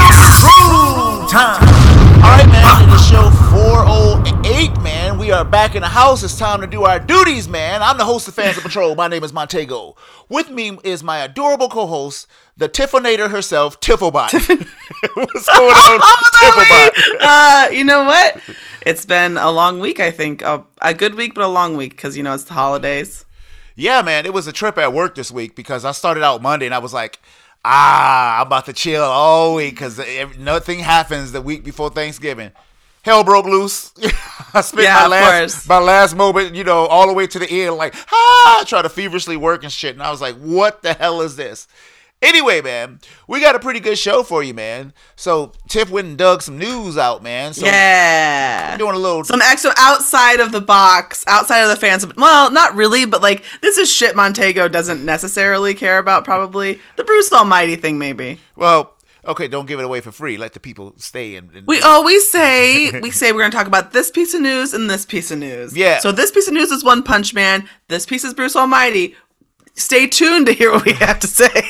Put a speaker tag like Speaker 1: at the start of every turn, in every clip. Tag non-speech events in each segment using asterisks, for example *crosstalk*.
Speaker 1: oh house. It's time to do our duties, man. I'm the host of Fans of Patrol. My name is Montego. With me is my adorable co-host, the Tiffinator herself, Tifflebot. *laughs* What's going on, Tifflebot?
Speaker 2: uh, you know what? It's been a long week, I think. A, a good week, but a long week because, you know, it's the holidays.
Speaker 1: Yeah, man, it was a trip at work this week because I started out Monday and I was like, ah, I'm about to chill all week because nothing happens the week before Thanksgiving. Hell broke loose. *laughs* I spent
Speaker 2: Yeah,
Speaker 1: my
Speaker 2: of
Speaker 1: last
Speaker 2: course.
Speaker 1: my last moment, you know, all the way to the end, like ah, try to feverishly work and shit. And I was like, what the hell is this? Anyway, man, we got a pretty good show for you, man. So Tiff went and dug some news out, man. So
Speaker 2: yeah.
Speaker 1: doing a little
Speaker 2: Some extra outside of the box, outside of the fans. Well, not really, but like, this is shit Montego doesn't necessarily care about, probably. The Bruce Almighty thing, maybe.
Speaker 1: well, okay, don't give it away for free. Let the people stay and, and
Speaker 2: We always say we say we're going to talk about this piece of news and this piece of news.
Speaker 1: Yeah.
Speaker 2: So this piece of news is One Punch Man. This piece is Bruce Almighty. Stay tuned to hear what we have to say.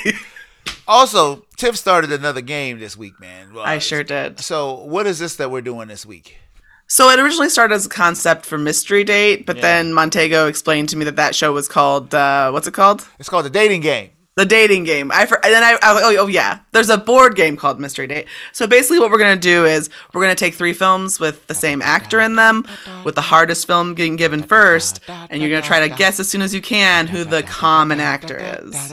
Speaker 1: Also, Tiff started another game this week, man. Well,
Speaker 2: I sure did.
Speaker 1: So, what is this that we're doing this week?
Speaker 2: So it originally started as a concept for Mystery Date, but then Montego explained to me that that show was called uh, what's it called?
Speaker 1: It's called the dating game.
Speaker 2: The dating game. I for, and then I, I was like, oh, oh yeah, there's a board game called Mystery Date. So basically, what we're gonna do is we're gonna take three films with the same actor in them, with the hardest film getting given first, and you're gonna try to guess as soon as you can who the common actor is.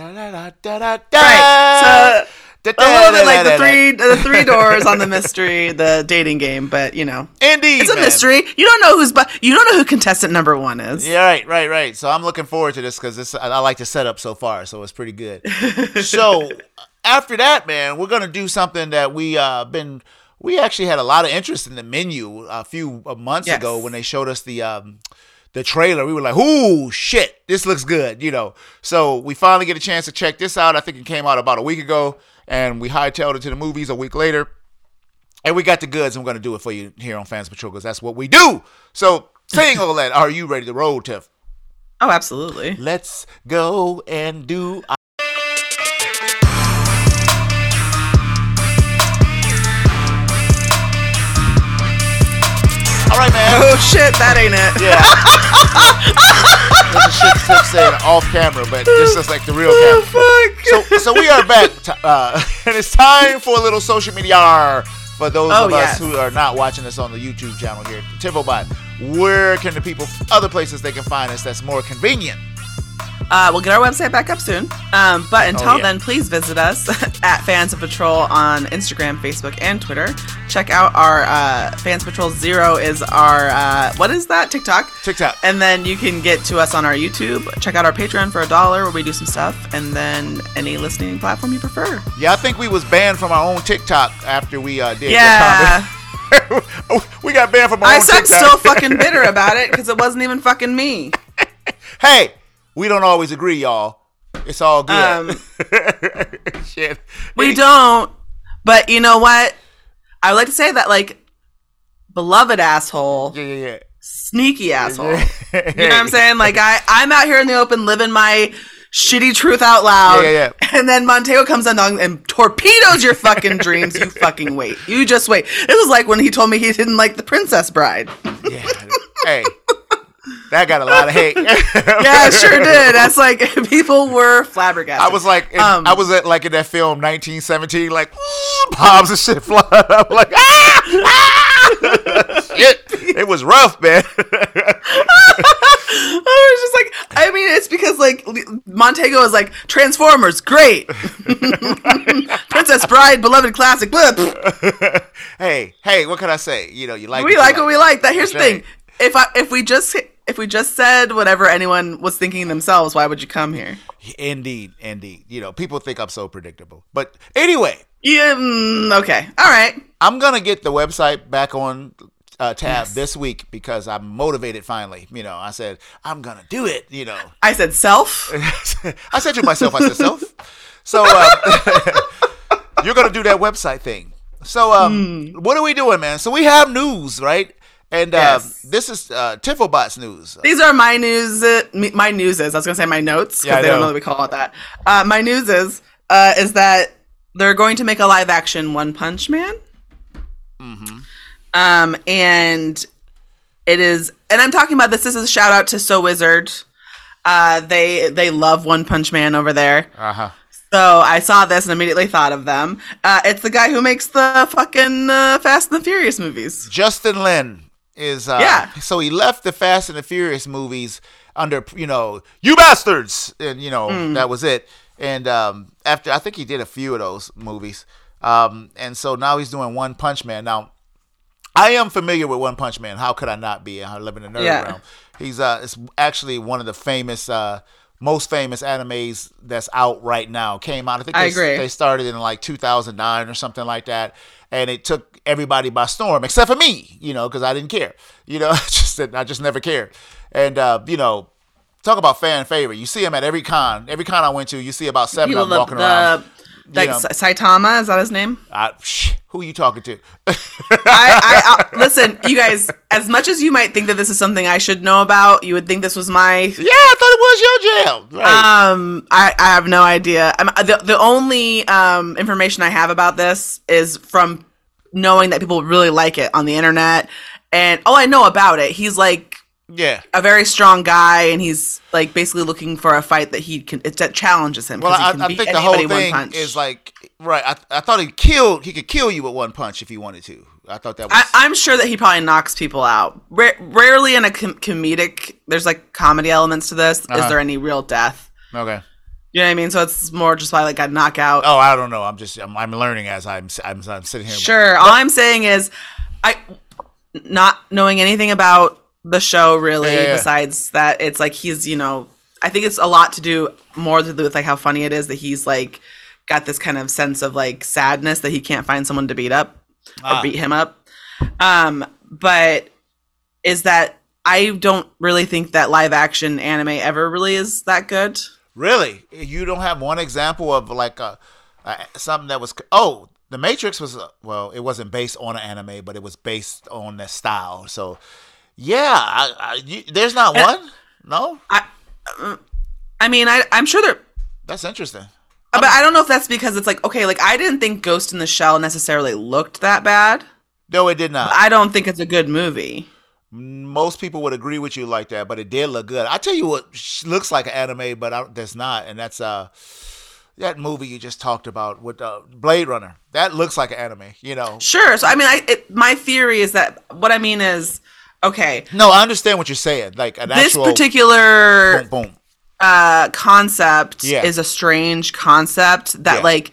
Speaker 1: Right.
Speaker 2: so, A little bit like the three the three doors on the mystery, the dating game, but you know.
Speaker 1: Indeed,
Speaker 2: It's a
Speaker 1: man.
Speaker 2: mystery. You don't know who's but you don't know who contestant number one is.
Speaker 1: Yeah, right, right, right. So I'm looking forward to this because this I, I like the setup so far, so it's pretty good. so after that, man, we're gonna do something that we uh been we actually had a lot of interest in the menu a few uh, months
Speaker 2: Yes.
Speaker 1: ago when they showed us the um the trailer. We were like, "Ooh, shit, this looks good," you know. So we finally get a chance to check this out. I think it came out about a week ago, and we hightailed it to the movies a week later. And we got the goods, and we're gonna do it for you here on Fans Patrol because that's what we do. So, saying all that, are you ready to roll, Tiff?
Speaker 2: Oh, absolutely.
Speaker 1: Let's go and do. All right, man.
Speaker 2: Oh shit, that ain't it.
Speaker 1: *laughs* Yeah. There's a shit Tiff said off camera, but this is like the real camera.
Speaker 2: *laughs* Oh fuck.
Speaker 1: So, so we are back, t- uh, *laughs* and it's time for a little social media for those
Speaker 2: Oh,
Speaker 1: of us
Speaker 2: yes.
Speaker 1: who are not watching us on the YouTube channel here. Tiffobot, where can the people, other places they can find us that's more convenient?
Speaker 2: Uh, we'll get our website back up soon. Um, but until
Speaker 1: yeah.
Speaker 2: then, please visit us *laughs* at Fans of Patrol on Instagram, Facebook, and Twitter. Check out our uh, Fans of Patrol Zero is our uh, what is that TikTok?
Speaker 1: TikTok.
Speaker 2: And then you can get to us on our YouTube. Check out our Patreon for a dollar, where we do some stuff, and then any listening platform you prefer.
Speaker 1: Yeah, I think we was banned from our own TikTok after we uh, did.
Speaker 2: Yeah.
Speaker 1: your comment. *laughs* we got banned from our
Speaker 2: I
Speaker 1: own
Speaker 2: said
Speaker 1: TikTok.
Speaker 2: I'm still fucking bitter about *laughs* it because it wasn't even fucking me.
Speaker 1: *laughs* hey, we don't always agree, y'all. It's all good.
Speaker 2: Um,
Speaker 1: *laughs* Shit.
Speaker 2: We don't. But you know what? I would like to say that like beloved asshole,
Speaker 1: *laughs* Yeah, yeah,
Speaker 2: sneaky asshole.
Speaker 1: *laughs* yeah.
Speaker 2: You know what I'm saying? Like I, I'm out here in the open living my shitty truth out loud.
Speaker 1: Yeah, yeah, yeah.
Speaker 2: And then Montego comes along and torpedoes your fucking dreams. You fucking wait. You just wait. It was like when he told me he didn't like the Princess Bride.
Speaker 1: yeah. Hey, that got a lot of hate. *laughs*
Speaker 2: Yeah, it sure did. That's like *laughs* people were flabbergasted.
Speaker 1: I was like, in-
Speaker 2: Um,
Speaker 1: I was at, like in that film 1917, like bombs and shit *laughs* flying. I'm like, ah, ah! *laughs* shit. It was rough, man. *laughs*
Speaker 2: I was just like, I mean, it's because like Le- Montego is like Transformers, great, *laughs* Princess Bride, beloved classic. Blah, pff.
Speaker 1: *laughs* hey, hey, what can I say? You know, you like
Speaker 2: we
Speaker 1: you
Speaker 2: like what we like. That here's the
Speaker 1: That's
Speaker 2: thing. If I if we just if we just said whatever anyone was thinking themselves, why would you come here?
Speaker 1: Indeed, indeed. You know, people think I'm so predictable, but anyway,
Speaker 2: Yeah. mm, okay. All right.
Speaker 1: I'm gonna get the website back on uh, tab this week because I'm motivated finally. You know, I said I'm gonna do it. You know, *laughs*
Speaker 2: I said self.
Speaker 1: I said to myself, I said self. So uh, *laughs* you're gonna do that website thing. So um,
Speaker 2: Hmm.
Speaker 1: what are we doing, man? So we have news, right? And uh,
Speaker 2: Yes.
Speaker 1: this is uh, Tifflebot's news.
Speaker 2: These are my news. uh, me- My news is. I was gonna say my notes because
Speaker 1: Yeah, I
Speaker 2: they don't
Speaker 1: know.
Speaker 2: know that we call it that. Uh, my news is uh, is that they're going to make a live action One Punch Man. Mm-hmm. Um, and It is, and I'm talking about this. This is a shout out to So Wizard. Uh, they they love One Punch Man over there.
Speaker 1: Uh huh.
Speaker 2: So I saw this and immediately thought of them. Uh, it's the guy who makes the fucking uh, Fast and the Furious movies.
Speaker 1: Justin Lin is uh,
Speaker 2: Yeah.
Speaker 1: So he left the Fast and the Furious movies under you know you bastards, and you know
Speaker 2: Mm.
Speaker 1: that was it. And um, after I think he did a few of those movies, um, and so now he's doing One Punch Man. Now I am familiar with One Punch Man. How could I not be? I live in the nerd
Speaker 2: Yeah.
Speaker 1: realm. He's uh, it's actually one of the famous, uh, most famous animes that's out right now. Came out, I think.
Speaker 2: I
Speaker 1: they,
Speaker 2: agree.
Speaker 1: They started in like 2009 or something like that, and it took everybody by storm except for me, you know, because I didn't care. You know, *laughs* I just didn't- I just never cared, and uh, you know. Talk about fan favorite. You see him at every con. Every con I went to, you see about seven
Speaker 2: People
Speaker 1: of them
Speaker 2: love
Speaker 1: walking
Speaker 2: the
Speaker 1: around.
Speaker 2: like
Speaker 1: you know.
Speaker 2: Sa- Saitama is that his name?
Speaker 1: I, psh, who you talking to? *laughs*
Speaker 2: I, I, I listen, you guys. As much as you might think that this is something I should know about, you would think this was my
Speaker 1: yeah, I thought it was your jail. Right.
Speaker 2: Um, I, I have no idea. I'm, the the only um information I have about this is from knowing that people really like it on the internet, and all I know about it, he's like *laughs*
Speaker 1: yeah.
Speaker 2: a very strong guy, and he's like basically looking for a fight that he can it, that challenges him.
Speaker 1: Well,
Speaker 2: 'cause he
Speaker 1: I,
Speaker 2: can
Speaker 1: I
Speaker 2: beat
Speaker 1: think the whole
Speaker 2: anybody
Speaker 1: thing
Speaker 2: one punch.
Speaker 1: is like right. I, I thought he killed. He could kill you with one punch if he wanted to. I thought that was.
Speaker 2: I, I'm sure that he probably knocks people out. Ra- rarely in a com- comedic, there's like comedy elements to this. Is
Speaker 1: Uh-huh.
Speaker 2: there any real death?
Speaker 1: okay.
Speaker 2: You know what I mean? So it's more just probably like a knockout.
Speaker 1: Oh, I don't know. I'm just. I'm, I'm learning as I'm. s- I'm, I'm sitting here.
Speaker 2: Sure. All I'm saying is, I not knowing anything about the show really,
Speaker 1: Yeah, yeah, yeah.
Speaker 2: besides that it's like he's you know, I think it's a lot to do more to do with like how funny it is that he's like got this kind of sense of like sadness that he can't find someone to beat up
Speaker 1: Ah.
Speaker 2: or beat him up. Um, but is that I don't really think that live action anime ever really is that good.
Speaker 1: Really, you don't have one example of like a, a something that was. Oh, The Matrix was. uh, Well, it wasn't based on an anime, but it was based on the style. So, yeah, I, I, you, there's not
Speaker 2: And-
Speaker 1: one. No,
Speaker 2: uh, I mean, I I'm sure there
Speaker 1: that's interesting.
Speaker 2: Uh,
Speaker 1: Um,
Speaker 2: But I don't know if that's because it's like okay, like I didn't think Ghost in the Shell necessarily looked that bad.
Speaker 1: No, it did not.
Speaker 2: I don't think it's a good movie.
Speaker 1: most people would agree with you like that, but it did look good. I tell you what sh- looks like an anime, but I, that's not, and that's uh that movie you just talked about with uh, Blade Runner. That looks like an anime, you know.
Speaker 2: Sure. So I mean, I it, my theory is that what I mean is okay,
Speaker 1: No, I understand what you're saying. Like an
Speaker 2: this
Speaker 1: actual
Speaker 2: particular
Speaker 1: boom, boom.
Speaker 2: uh concept
Speaker 1: Yeah.
Speaker 2: is a strange concept that
Speaker 1: Yeah.
Speaker 2: like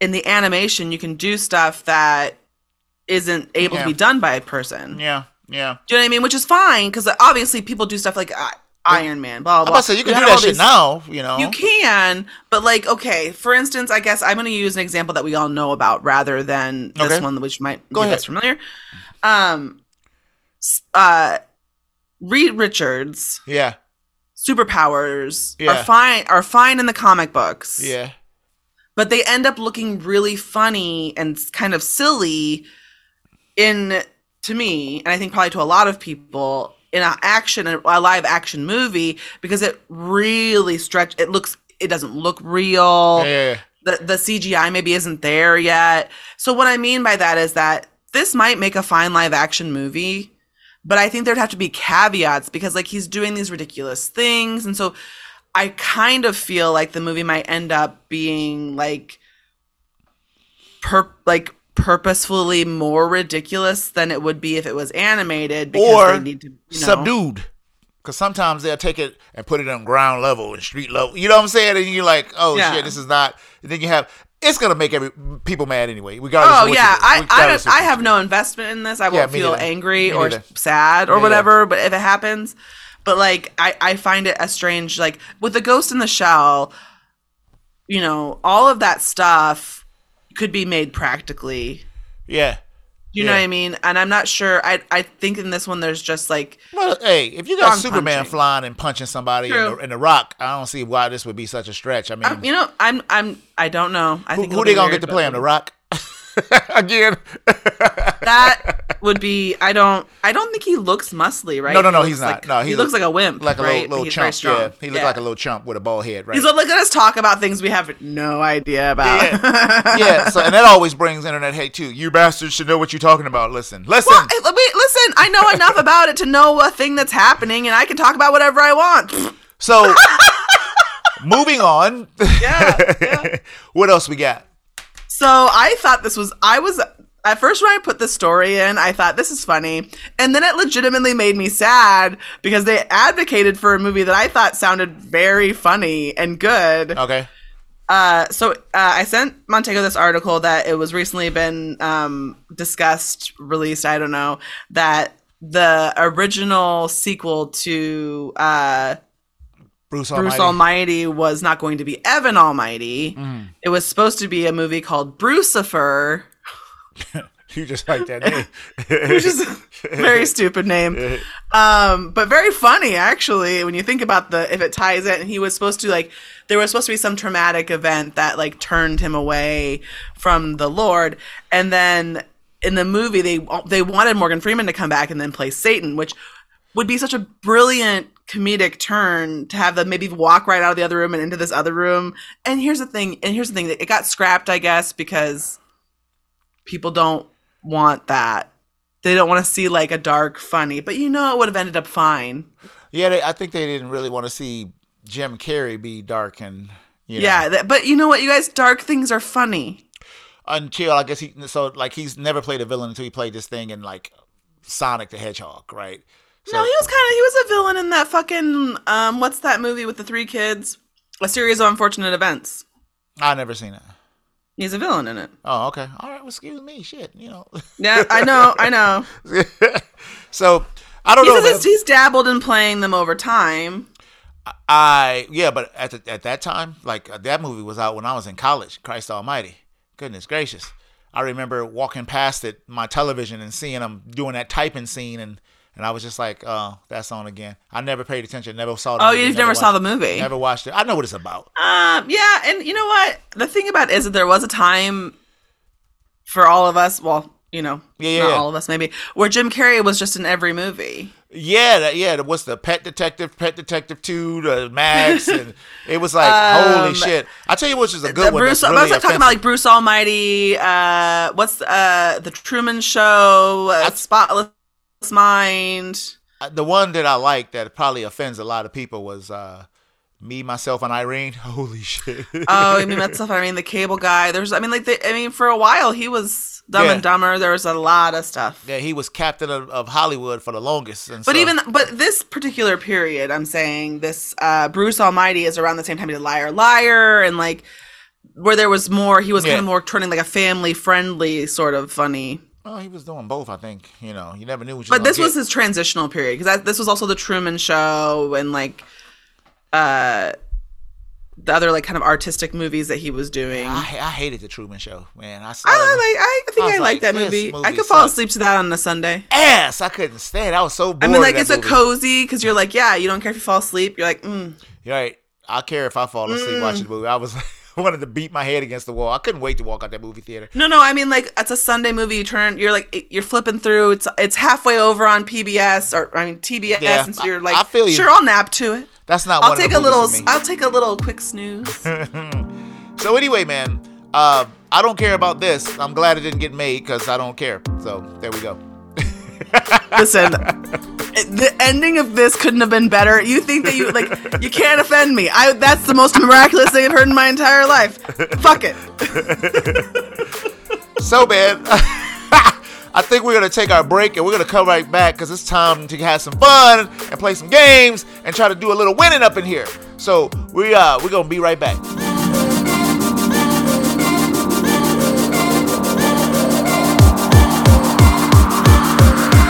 Speaker 2: in the animation you can do stuff that isn't able
Speaker 1: Yeah.
Speaker 2: to be done by a person.
Speaker 1: Yeah, yeah.
Speaker 2: Do you know what I mean? Which is fine because obviously people do stuff like uh, Iron Man, blah
Speaker 1: I'm
Speaker 2: blah.
Speaker 1: about to say you can
Speaker 2: blah.
Speaker 1: do
Speaker 2: have all
Speaker 1: that shit
Speaker 2: these-
Speaker 1: now, you know.
Speaker 2: You can, but like, okay, for instance, I guess I'm going to use an example that we all know about rather than
Speaker 1: Okay.
Speaker 2: this one, which might
Speaker 1: Go
Speaker 2: be
Speaker 1: ahead.
Speaker 2: less familiar. Um, s- uh, Reed Richards'
Speaker 1: Yeah,
Speaker 2: superpowers
Speaker 1: Yeah.
Speaker 2: are fine are fine in the comic books,
Speaker 1: yeah.
Speaker 2: but they end up looking really funny and s- kind of silly in to me, and I think probably to a lot of people in an action a live action movie because it really stretch. It looks. It doesn't look real
Speaker 1: Yeah, yeah, yeah.
Speaker 2: the the CGI maybe isn't there yet. So what I mean by that is that this might make a fine live action movie, but I think there'd have to be caveats because like he's doing these ridiculous things and so I kind of feel like the movie might end up being like per like purposefully more ridiculous than it would be if it was animated because
Speaker 1: Or
Speaker 2: they need to you know,
Speaker 1: Subdued. Because sometimes they'll take it and put it on ground level and street level. You know what I'm saying? And you're like, oh
Speaker 2: Yeah.
Speaker 1: shit, this is not. And then you have. It's gonna make every people mad anyway. Regardless.
Speaker 2: Oh
Speaker 1: of what
Speaker 2: yeah,
Speaker 1: you do.
Speaker 2: I I,
Speaker 1: Regardless
Speaker 2: don't,
Speaker 1: of what
Speaker 2: I
Speaker 1: you
Speaker 2: have
Speaker 1: do.
Speaker 2: no investment in this. I won't
Speaker 1: me
Speaker 2: feel
Speaker 1: neither.
Speaker 2: angry
Speaker 1: Me
Speaker 2: or
Speaker 1: neither.
Speaker 2: sad or
Speaker 1: Me neither.
Speaker 2: whatever. But if it happens, but like I I find it a strange like with the ghost in the shell, you know, all of that stuff could be made practically.
Speaker 1: Yeah.
Speaker 2: You know
Speaker 1: Yeah.
Speaker 2: what I mean? And I'm not sure. I I think in this one there's just like
Speaker 1: Well, hey, if you got
Speaker 2: Strong
Speaker 1: Superman
Speaker 2: punching.
Speaker 1: flying and punching somebody in the,
Speaker 2: True.
Speaker 1: in the Rock, I don't see why this would be such a stretch. I mean,
Speaker 2: you know I'm I'm I don't know. I
Speaker 1: who,
Speaker 2: think
Speaker 1: Mm. who
Speaker 2: it'll
Speaker 1: they
Speaker 2: be
Speaker 1: gonna get
Speaker 2: weird,
Speaker 1: to
Speaker 2: but-
Speaker 1: play him? The Rock? *laughs* Again.
Speaker 2: That would be. I don't. I don't think he looks muscly, right?
Speaker 1: No, no,
Speaker 2: He
Speaker 1: no,
Speaker 2: looks
Speaker 1: he's not.
Speaker 2: like-
Speaker 1: No, he
Speaker 2: he, looks
Speaker 1: look-
Speaker 2: like a wimp,
Speaker 1: like a
Speaker 2: right?
Speaker 1: little, little
Speaker 2: But he's very
Speaker 1: chump. Yeah. He looked
Speaker 2: Yeah.
Speaker 1: like a little chump with a bald head, right?
Speaker 2: He's like, let us talk about things we have no idea about.
Speaker 1: yeah. yeah. So and that always brings internet hate too. You bastards should know what you're talking about. Listen. Listen.
Speaker 2: *laughs* Well, I- wait, listen, I know enough about it to know a thing that's happening, and I can talk about whatever I want. *laughs*
Speaker 1: So moving on.
Speaker 2: yeah.
Speaker 1: *laughs* what else we got?
Speaker 2: *laughs* So I thought this was, I was, at first when I put the story in, I thought this is funny. And then it legitimately made me sad because they advocated for a movie that I thought sounded very funny and good.
Speaker 1: Okay.
Speaker 2: Uh, so uh, I sent Montego this article that it was recently been um, discussed, released. I don't know that the original sequel to uh,
Speaker 1: Bruce Almighty.
Speaker 2: Bruce Almighty was not going to be Evan Almighty.
Speaker 1: Mm.
Speaker 2: It was supposed to be a movie called Brucifer,
Speaker 1: *laughs* You just like that
Speaker 2: *laughs*
Speaker 1: name.
Speaker 2: which is a very stupid name, um, but very funny actually when you think about the if it ties it. And he was supposed to like there was supposed to be some traumatic event that like turned him away from the Lord, and then in the movie they they wanted Morgan Freeman to come back and then play Satan, which would be such a brilliant comedic turn to have them maybe walk right out of the other room and into this other room. And here's the thing, and here's the thing, it got scrapped, I guess, because people don't want that. They don't want to see like a dark funny, but you know it would have ended up fine.
Speaker 1: yeah, they, I think they didn't really want to see Jim Carrey be dark and you know,
Speaker 2: Yeah, that, but you know what, you guys, dark things are funny.
Speaker 1: until I guess he so like he's never played a villain until he played this thing in like Sonic the Hedgehog, right? So
Speaker 2: no, he was kind of he was a villain in that fucking um what's that movie with the three kids? A series of unfortunate events.
Speaker 1: I never seen it.
Speaker 2: He's a villain in it.
Speaker 1: Oh, okay. All right. Well, excuse me. Shit. You know. *laughs*
Speaker 2: Yeah, I know, I know.
Speaker 1: so I don't
Speaker 2: He
Speaker 1: know.
Speaker 2: says
Speaker 1: man.
Speaker 2: he's, he's dabbled in playing them over time.
Speaker 1: I yeah, but at the, at that time, like uh, that movie was out when I was in college. Christ Almighty, goodness gracious! I remember walking past it, my television, and seeing them doing that typing scene, and and I was just like, "Oh, that's on again." I never paid attention. Never saw. The
Speaker 2: Oh,
Speaker 1: movie,
Speaker 2: you've never saw
Speaker 1: watched-
Speaker 2: the movie.
Speaker 1: Never watched it. I know what it's about.
Speaker 2: Um, yeah, and you know what? The thing about it is that there was a time for all of us. Well, you know,
Speaker 1: Yeah, yeah,
Speaker 2: not
Speaker 1: yeah.
Speaker 2: all of us maybe, where Jim Carrey was just in every movie.
Speaker 1: Yeah, that, yeah. What's the Pet Detective, Pet Detective Two, the
Speaker 2: *laughs*
Speaker 1: Max, and it was like, holy
Speaker 2: Um, uh,
Speaker 1: shit! I tell you, which is a good
Speaker 2: The
Speaker 1: one.
Speaker 2: Bruce,
Speaker 1: that's
Speaker 2: I
Speaker 1: really
Speaker 2: was like,
Speaker 1: offensive.
Speaker 2: talking about like Bruce Almighty. Uh, what's uh the Truman Show? Uh, Spotless
Speaker 1: *laughs*
Speaker 2: Mind.
Speaker 1: Uh, the one that I like that probably offends a lot of people was uh, me, myself, and Irene. *laughs* Holy shit!
Speaker 2: Oh, I mean that's stuff. I mean the Cable Guy. There's, I mean, like, the, I mean, for a while he was Dumb
Speaker 1: Yeah.
Speaker 2: and Dumber. There was a lot of stuff.
Speaker 1: yeah, he was captain of, of Hollywood for the longest. And
Speaker 2: But
Speaker 1: so-
Speaker 2: even but this particular period, I'm saying this uh, Bruce Almighty is around the same time he did Liar Liar and like where there was more he was
Speaker 1: Yeah.
Speaker 2: kind of more turning like a family friendly sort of funny.
Speaker 1: well, oh, he was doing both. I think you know, you never knew what. you
Speaker 2: But
Speaker 1: gonna
Speaker 2: this was
Speaker 1: get.
Speaker 2: his transitional period because this was also the Truman Show and like uh the other like kind of artistic movies that he was doing.
Speaker 1: I, I hated the Truman Show, man. I saw
Speaker 2: I,
Speaker 1: that
Speaker 2: like, I think
Speaker 1: I
Speaker 2: I,
Speaker 1: was
Speaker 2: like,
Speaker 1: like,
Speaker 2: that
Speaker 1: this
Speaker 2: movie. I
Speaker 1: movie
Speaker 2: could fall
Speaker 1: sucks.
Speaker 2: asleep to that on a Sunday.
Speaker 1: ass. I couldn't stand. it. I was so bored.
Speaker 2: I mean,
Speaker 1: of
Speaker 2: like
Speaker 1: that
Speaker 2: it's a
Speaker 1: movie.
Speaker 2: cozy because you're like, yeah, you don't care if you fall asleep. You're like, mm,
Speaker 1: You're right. I care if I fall asleep watching the movie. I was *laughs* I wanted to beat my head against the wall. I couldn't wait to walk out that movie theater.
Speaker 2: No, no, I mean like it's a Sunday movie. You turn, you're like you're flipping through. It's it's halfway over on PBS or I mean TBS,
Speaker 1: Yeah,
Speaker 2: and so you're
Speaker 1: I-
Speaker 2: like,
Speaker 1: I feel you.
Speaker 2: Sure, I'll nap to it.
Speaker 1: That's not.
Speaker 2: I'll
Speaker 1: one
Speaker 2: take
Speaker 1: of the
Speaker 2: a little.
Speaker 1: movies for me.
Speaker 2: I'll take a little quick snooze.
Speaker 1: So anyway, man, uh, I don't care about this. I'm glad it didn't get made because I don't care. So there we go.
Speaker 2: Listen, it- the ending of this couldn't have been better. You think that you like you can't offend me? I that's the most miraculous thing I've heard in my entire life. Fuck it.
Speaker 1: So man, *laughs* I think we're gonna take our break and we're gonna come right back because it's time to have some fun and play some games and try to do a little winning up in here. So we uh we're gonna be right back.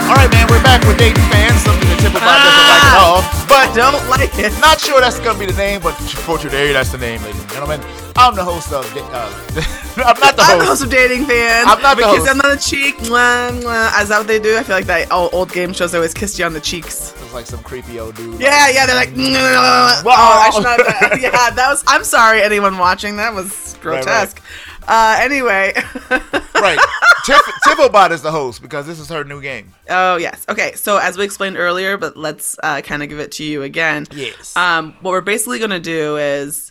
Speaker 1: All right, man, we're back with Dayton fans. Something that Typified doesn't like at all, but
Speaker 2: Don't like it.
Speaker 1: Not sure that's gonna be the name, but for today, that's the name, ladies and gentlemen. I'm the host of. Da- Uh, *laughs* I'm not the
Speaker 2: I'm the
Speaker 1: host.
Speaker 2: host of dating fans.
Speaker 1: I'm not the
Speaker 2: because
Speaker 1: host.
Speaker 2: I'm not a cheek. Mwah, mwah. Is that what they do? I feel like that old, old game shows they always kissed you on the cheeks.
Speaker 1: It was like some creepy old dude.
Speaker 2: Yeah, yeah, they're like, oh, I should not have done that. yeah, that was. I'm sorry, anyone watching. That was
Speaker 1: Right, right.
Speaker 2: grotesque. Uh, anyway, *laughs*
Speaker 1: right. Tiff, Tiff O'Bot is the host because this is her new game.
Speaker 2: oh yes, okay. So as we explained earlier, but let's uh, kind of give it to you again.
Speaker 1: Yes.
Speaker 2: Um, what we're basically going to do is,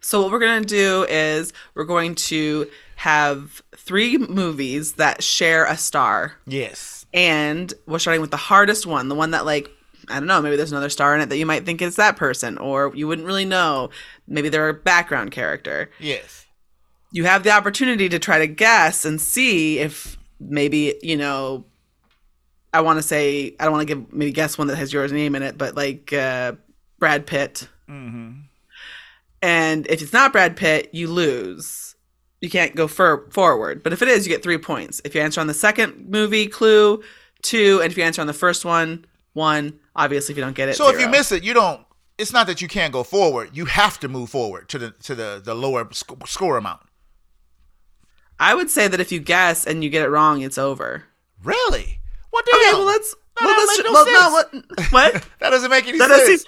Speaker 2: so what we're going to do is we're going to have three movies that share a star,
Speaker 1: yes.
Speaker 2: and we're starting with the hardest one, the one that like. I don't know. Maybe there's another star in it that you might think is that person, or you wouldn't really know. Maybe they're a background character.
Speaker 1: Yes.
Speaker 2: you have the opportunity to try to guess and see if maybe you know i want to say i don't want to give maybe guess one that has your name in it but like uh, brad pitt
Speaker 1: Mm-hmm.
Speaker 2: and if it's not brad pitt you lose you can't go fur- forward but if it is you get three points if you answer on the second movie clue two and if you answer on the first one one obviously if you don't get it
Speaker 1: So if you
Speaker 2: zero.
Speaker 1: miss it, you don't. It's not that you can't go forward. You have to move forward to the to the the lower sc- score amount.
Speaker 2: i would say that if you guess and you get it wrong it's over
Speaker 1: Really? What the
Speaker 2: okay
Speaker 1: hell?
Speaker 2: well let's
Speaker 1: No,
Speaker 2: well,
Speaker 1: that
Speaker 2: let's
Speaker 1: make no
Speaker 2: well,
Speaker 1: sense.
Speaker 2: no,
Speaker 1: *laughs*
Speaker 2: what- *laughs* what
Speaker 1: that doesn't make any
Speaker 2: That
Speaker 1: sense.
Speaker 2: doesn't.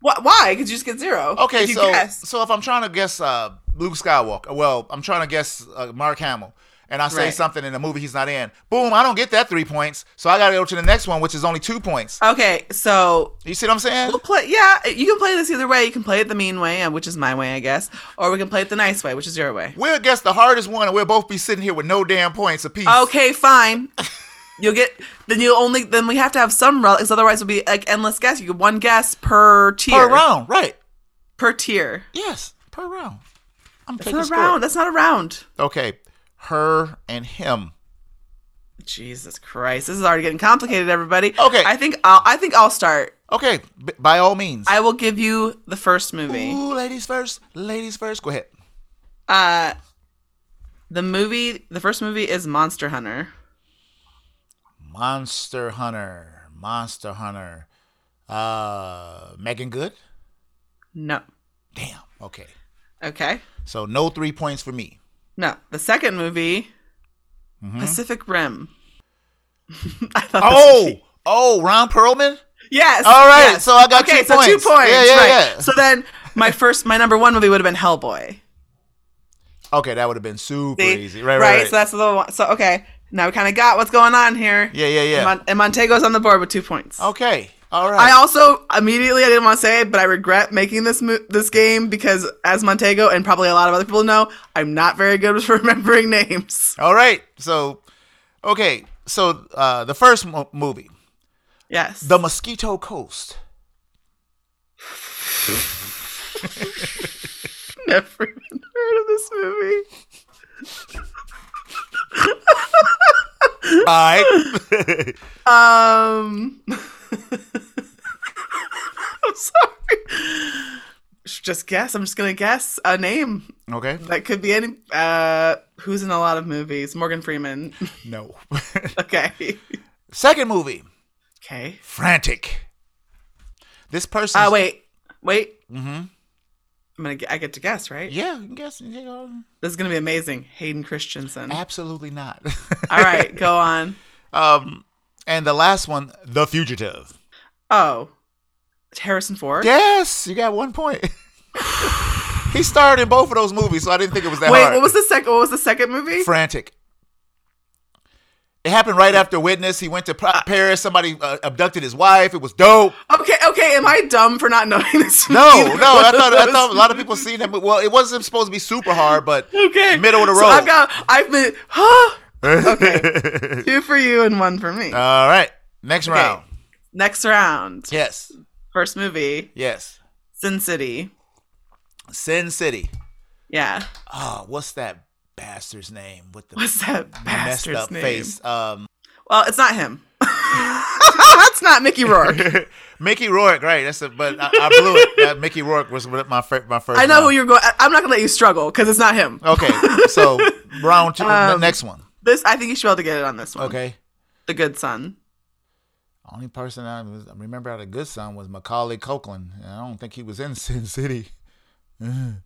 Speaker 2: Wh- why? Because you just get zero.
Speaker 1: Okay,
Speaker 2: If you
Speaker 1: so
Speaker 2: guess.
Speaker 1: so if I'm trying to guess uh, Luke Skywalker, well, I'm trying to guess uh, Mark Hamill, and I say
Speaker 2: Right.
Speaker 1: something in a movie he's not in. Boom! I don't get that three points, so I got to go to the next one, which is only two points.
Speaker 2: Okay, so
Speaker 1: You see what I'm saying?
Speaker 2: we'll play. Yeah, you can play this either way. You can play it the mean way, uh, which is my way, I guess, or we can play it the nice way, which is your way.
Speaker 1: We'll guess the hardest one, and we'll both be sitting here with no damn points apiece. *laughs*
Speaker 2: Okay, fine. You'll get. Then you will only. Then we have to have some rel, because otherwise it'll be like endless guess. You get one guess per tier.
Speaker 1: per round, right?
Speaker 2: Per tier.
Speaker 1: Yes, per round. I'm
Speaker 2: That's
Speaker 1: taking
Speaker 2: not a
Speaker 1: score.
Speaker 2: round. That's not a round.
Speaker 1: Okay, her and him.
Speaker 2: Jesus Christ, this is already getting complicated, everybody.
Speaker 1: Okay.
Speaker 2: I think I'll. I think I'll start.
Speaker 1: Okay, b- by all means.
Speaker 2: I will give you the first movie.
Speaker 1: Ooh, ladies first. Ladies first. Go ahead.
Speaker 2: Uh, the movie, the first movie is Monster Hunter.
Speaker 1: Monster Hunter. Monster Hunter. Uh, Megan Good.
Speaker 2: No.
Speaker 1: Damn. Okay.
Speaker 2: Okay.
Speaker 1: So no three points for
Speaker 2: *laughs*
Speaker 1: me.
Speaker 2: No. The second movie,
Speaker 1: Mm-hmm.
Speaker 2: Pacific Rim. *laughs* I thought this was
Speaker 1: Oh,
Speaker 2: cheap.
Speaker 1: oh, Ron Perlman.
Speaker 2: yes.
Speaker 1: All right,
Speaker 2: yes.
Speaker 1: so I got
Speaker 2: okay,
Speaker 1: two
Speaker 2: so
Speaker 1: points.
Speaker 2: two points.
Speaker 1: Yeah, yeah,
Speaker 2: right.
Speaker 1: yeah.
Speaker 2: So then my first, my number one movie would have been Hellboy.
Speaker 1: Okay, that would have been super
Speaker 2: See?
Speaker 1: easy. Right, right, right.
Speaker 2: So that's the one. So okay, now we kind of got what's going on here.
Speaker 1: yeah, yeah, yeah.
Speaker 2: And, Mon- and Montego's on the board with two points.
Speaker 1: okay. All
Speaker 2: I
Speaker 1: right.
Speaker 2: also immediately I didn't want to say it, but I regret making this mo- this game because, as Montego and probably a lot of other people know, I'm not very good with *laughs* remembering names.
Speaker 1: all right. So, okay. So uh, the first mo- movie,
Speaker 2: Yes.
Speaker 1: The Mosquito Coast.
Speaker 2: *laughs* Never even heard of this movie.
Speaker 1: All right.
Speaker 2: Um, *laughs* I'm sorry. Just guess. I'm just gonna guess a name
Speaker 1: okay.
Speaker 2: that could be any. Uh, who's in a lot of movies? Morgan Freeman. *laughs*
Speaker 1: No.
Speaker 2: okay. *laughs*
Speaker 1: Second movie,
Speaker 2: Okay.
Speaker 1: Frantic. This person.
Speaker 2: Uh, wait, wait.
Speaker 1: Mm-hmm.
Speaker 2: I'm gonna. Get, I get to guess, right?
Speaker 1: Yeah, you guess. yeah,
Speaker 2: This is gonna be amazing. Hayden Christensen.
Speaker 1: Absolutely not. *laughs*
Speaker 2: All right, go on.
Speaker 1: Um, and the last one, The Fugitive.
Speaker 2: Oh, Harrison Ford.
Speaker 1: Yes, you got one point. *laughs* he starred in both of those movies, so I didn't think it was that
Speaker 2: Wait,
Speaker 1: hard.
Speaker 2: what was the second? What was the second movie?
Speaker 1: Frantic. It happened right after Witness. He went to
Speaker 2: Ah.
Speaker 1: Pa- Paris. Somebody uh, abducted his wife. It was
Speaker 2: *laughs*
Speaker 1: dope.
Speaker 2: okay, okay. Am I dumb for not knowing this?
Speaker 1: No,
Speaker 2: movie?
Speaker 1: no, I
Speaker 2: One of
Speaker 1: thought I
Speaker 2: those-
Speaker 1: thought a lot of people seen that. But, well, it wasn't supposed to be super hard, but
Speaker 2: *laughs* Okay,
Speaker 1: middle of the
Speaker 2: So
Speaker 1: road. *laughs*
Speaker 2: I've got. I've been. *gasps* Huh? Okay, two for you and one for me.
Speaker 1: all right. Next
Speaker 2: Okay.
Speaker 1: round.
Speaker 2: Next round.
Speaker 1: Yes,
Speaker 2: First movie,
Speaker 1: yes.
Speaker 2: Sin City.
Speaker 1: Sin City.
Speaker 2: Yeah. *laughs*
Speaker 1: Oh, what's that bastard's name with the
Speaker 2: What's that
Speaker 1: messed
Speaker 2: bastard's
Speaker 1: up
Speaker 2: name?
Speaker 1: face? Um, *laughs*
Speaker 2: Well, it's not him. *laughs* That's not Mickey Rourke.
Speaker 1: *laughs* Mickey Rourke, right? That's a, but I, I blew it. That Mickey Rourke was my fir- my first.
Speaker 2: I know who
Speaker 1: round.
Speaker 2: you're going. I- I'm not gonna let you struggle because it's not him.
Speaker 1: *laughs* Okay,
Speaker 2: *laughs*
Speaker 1: so round two, the
Speaker 2: Um,
Speaker 1: next one.
Speaker 2: This I think you should be able to get it on this one.
Speaker 1: Okay,
Speaker 2: The Good Son.
Speaker 1: only person I, was, I remember out of Good Son was Macaulay Copeland. and I don't think he was in *laughs* Sin City. Mm.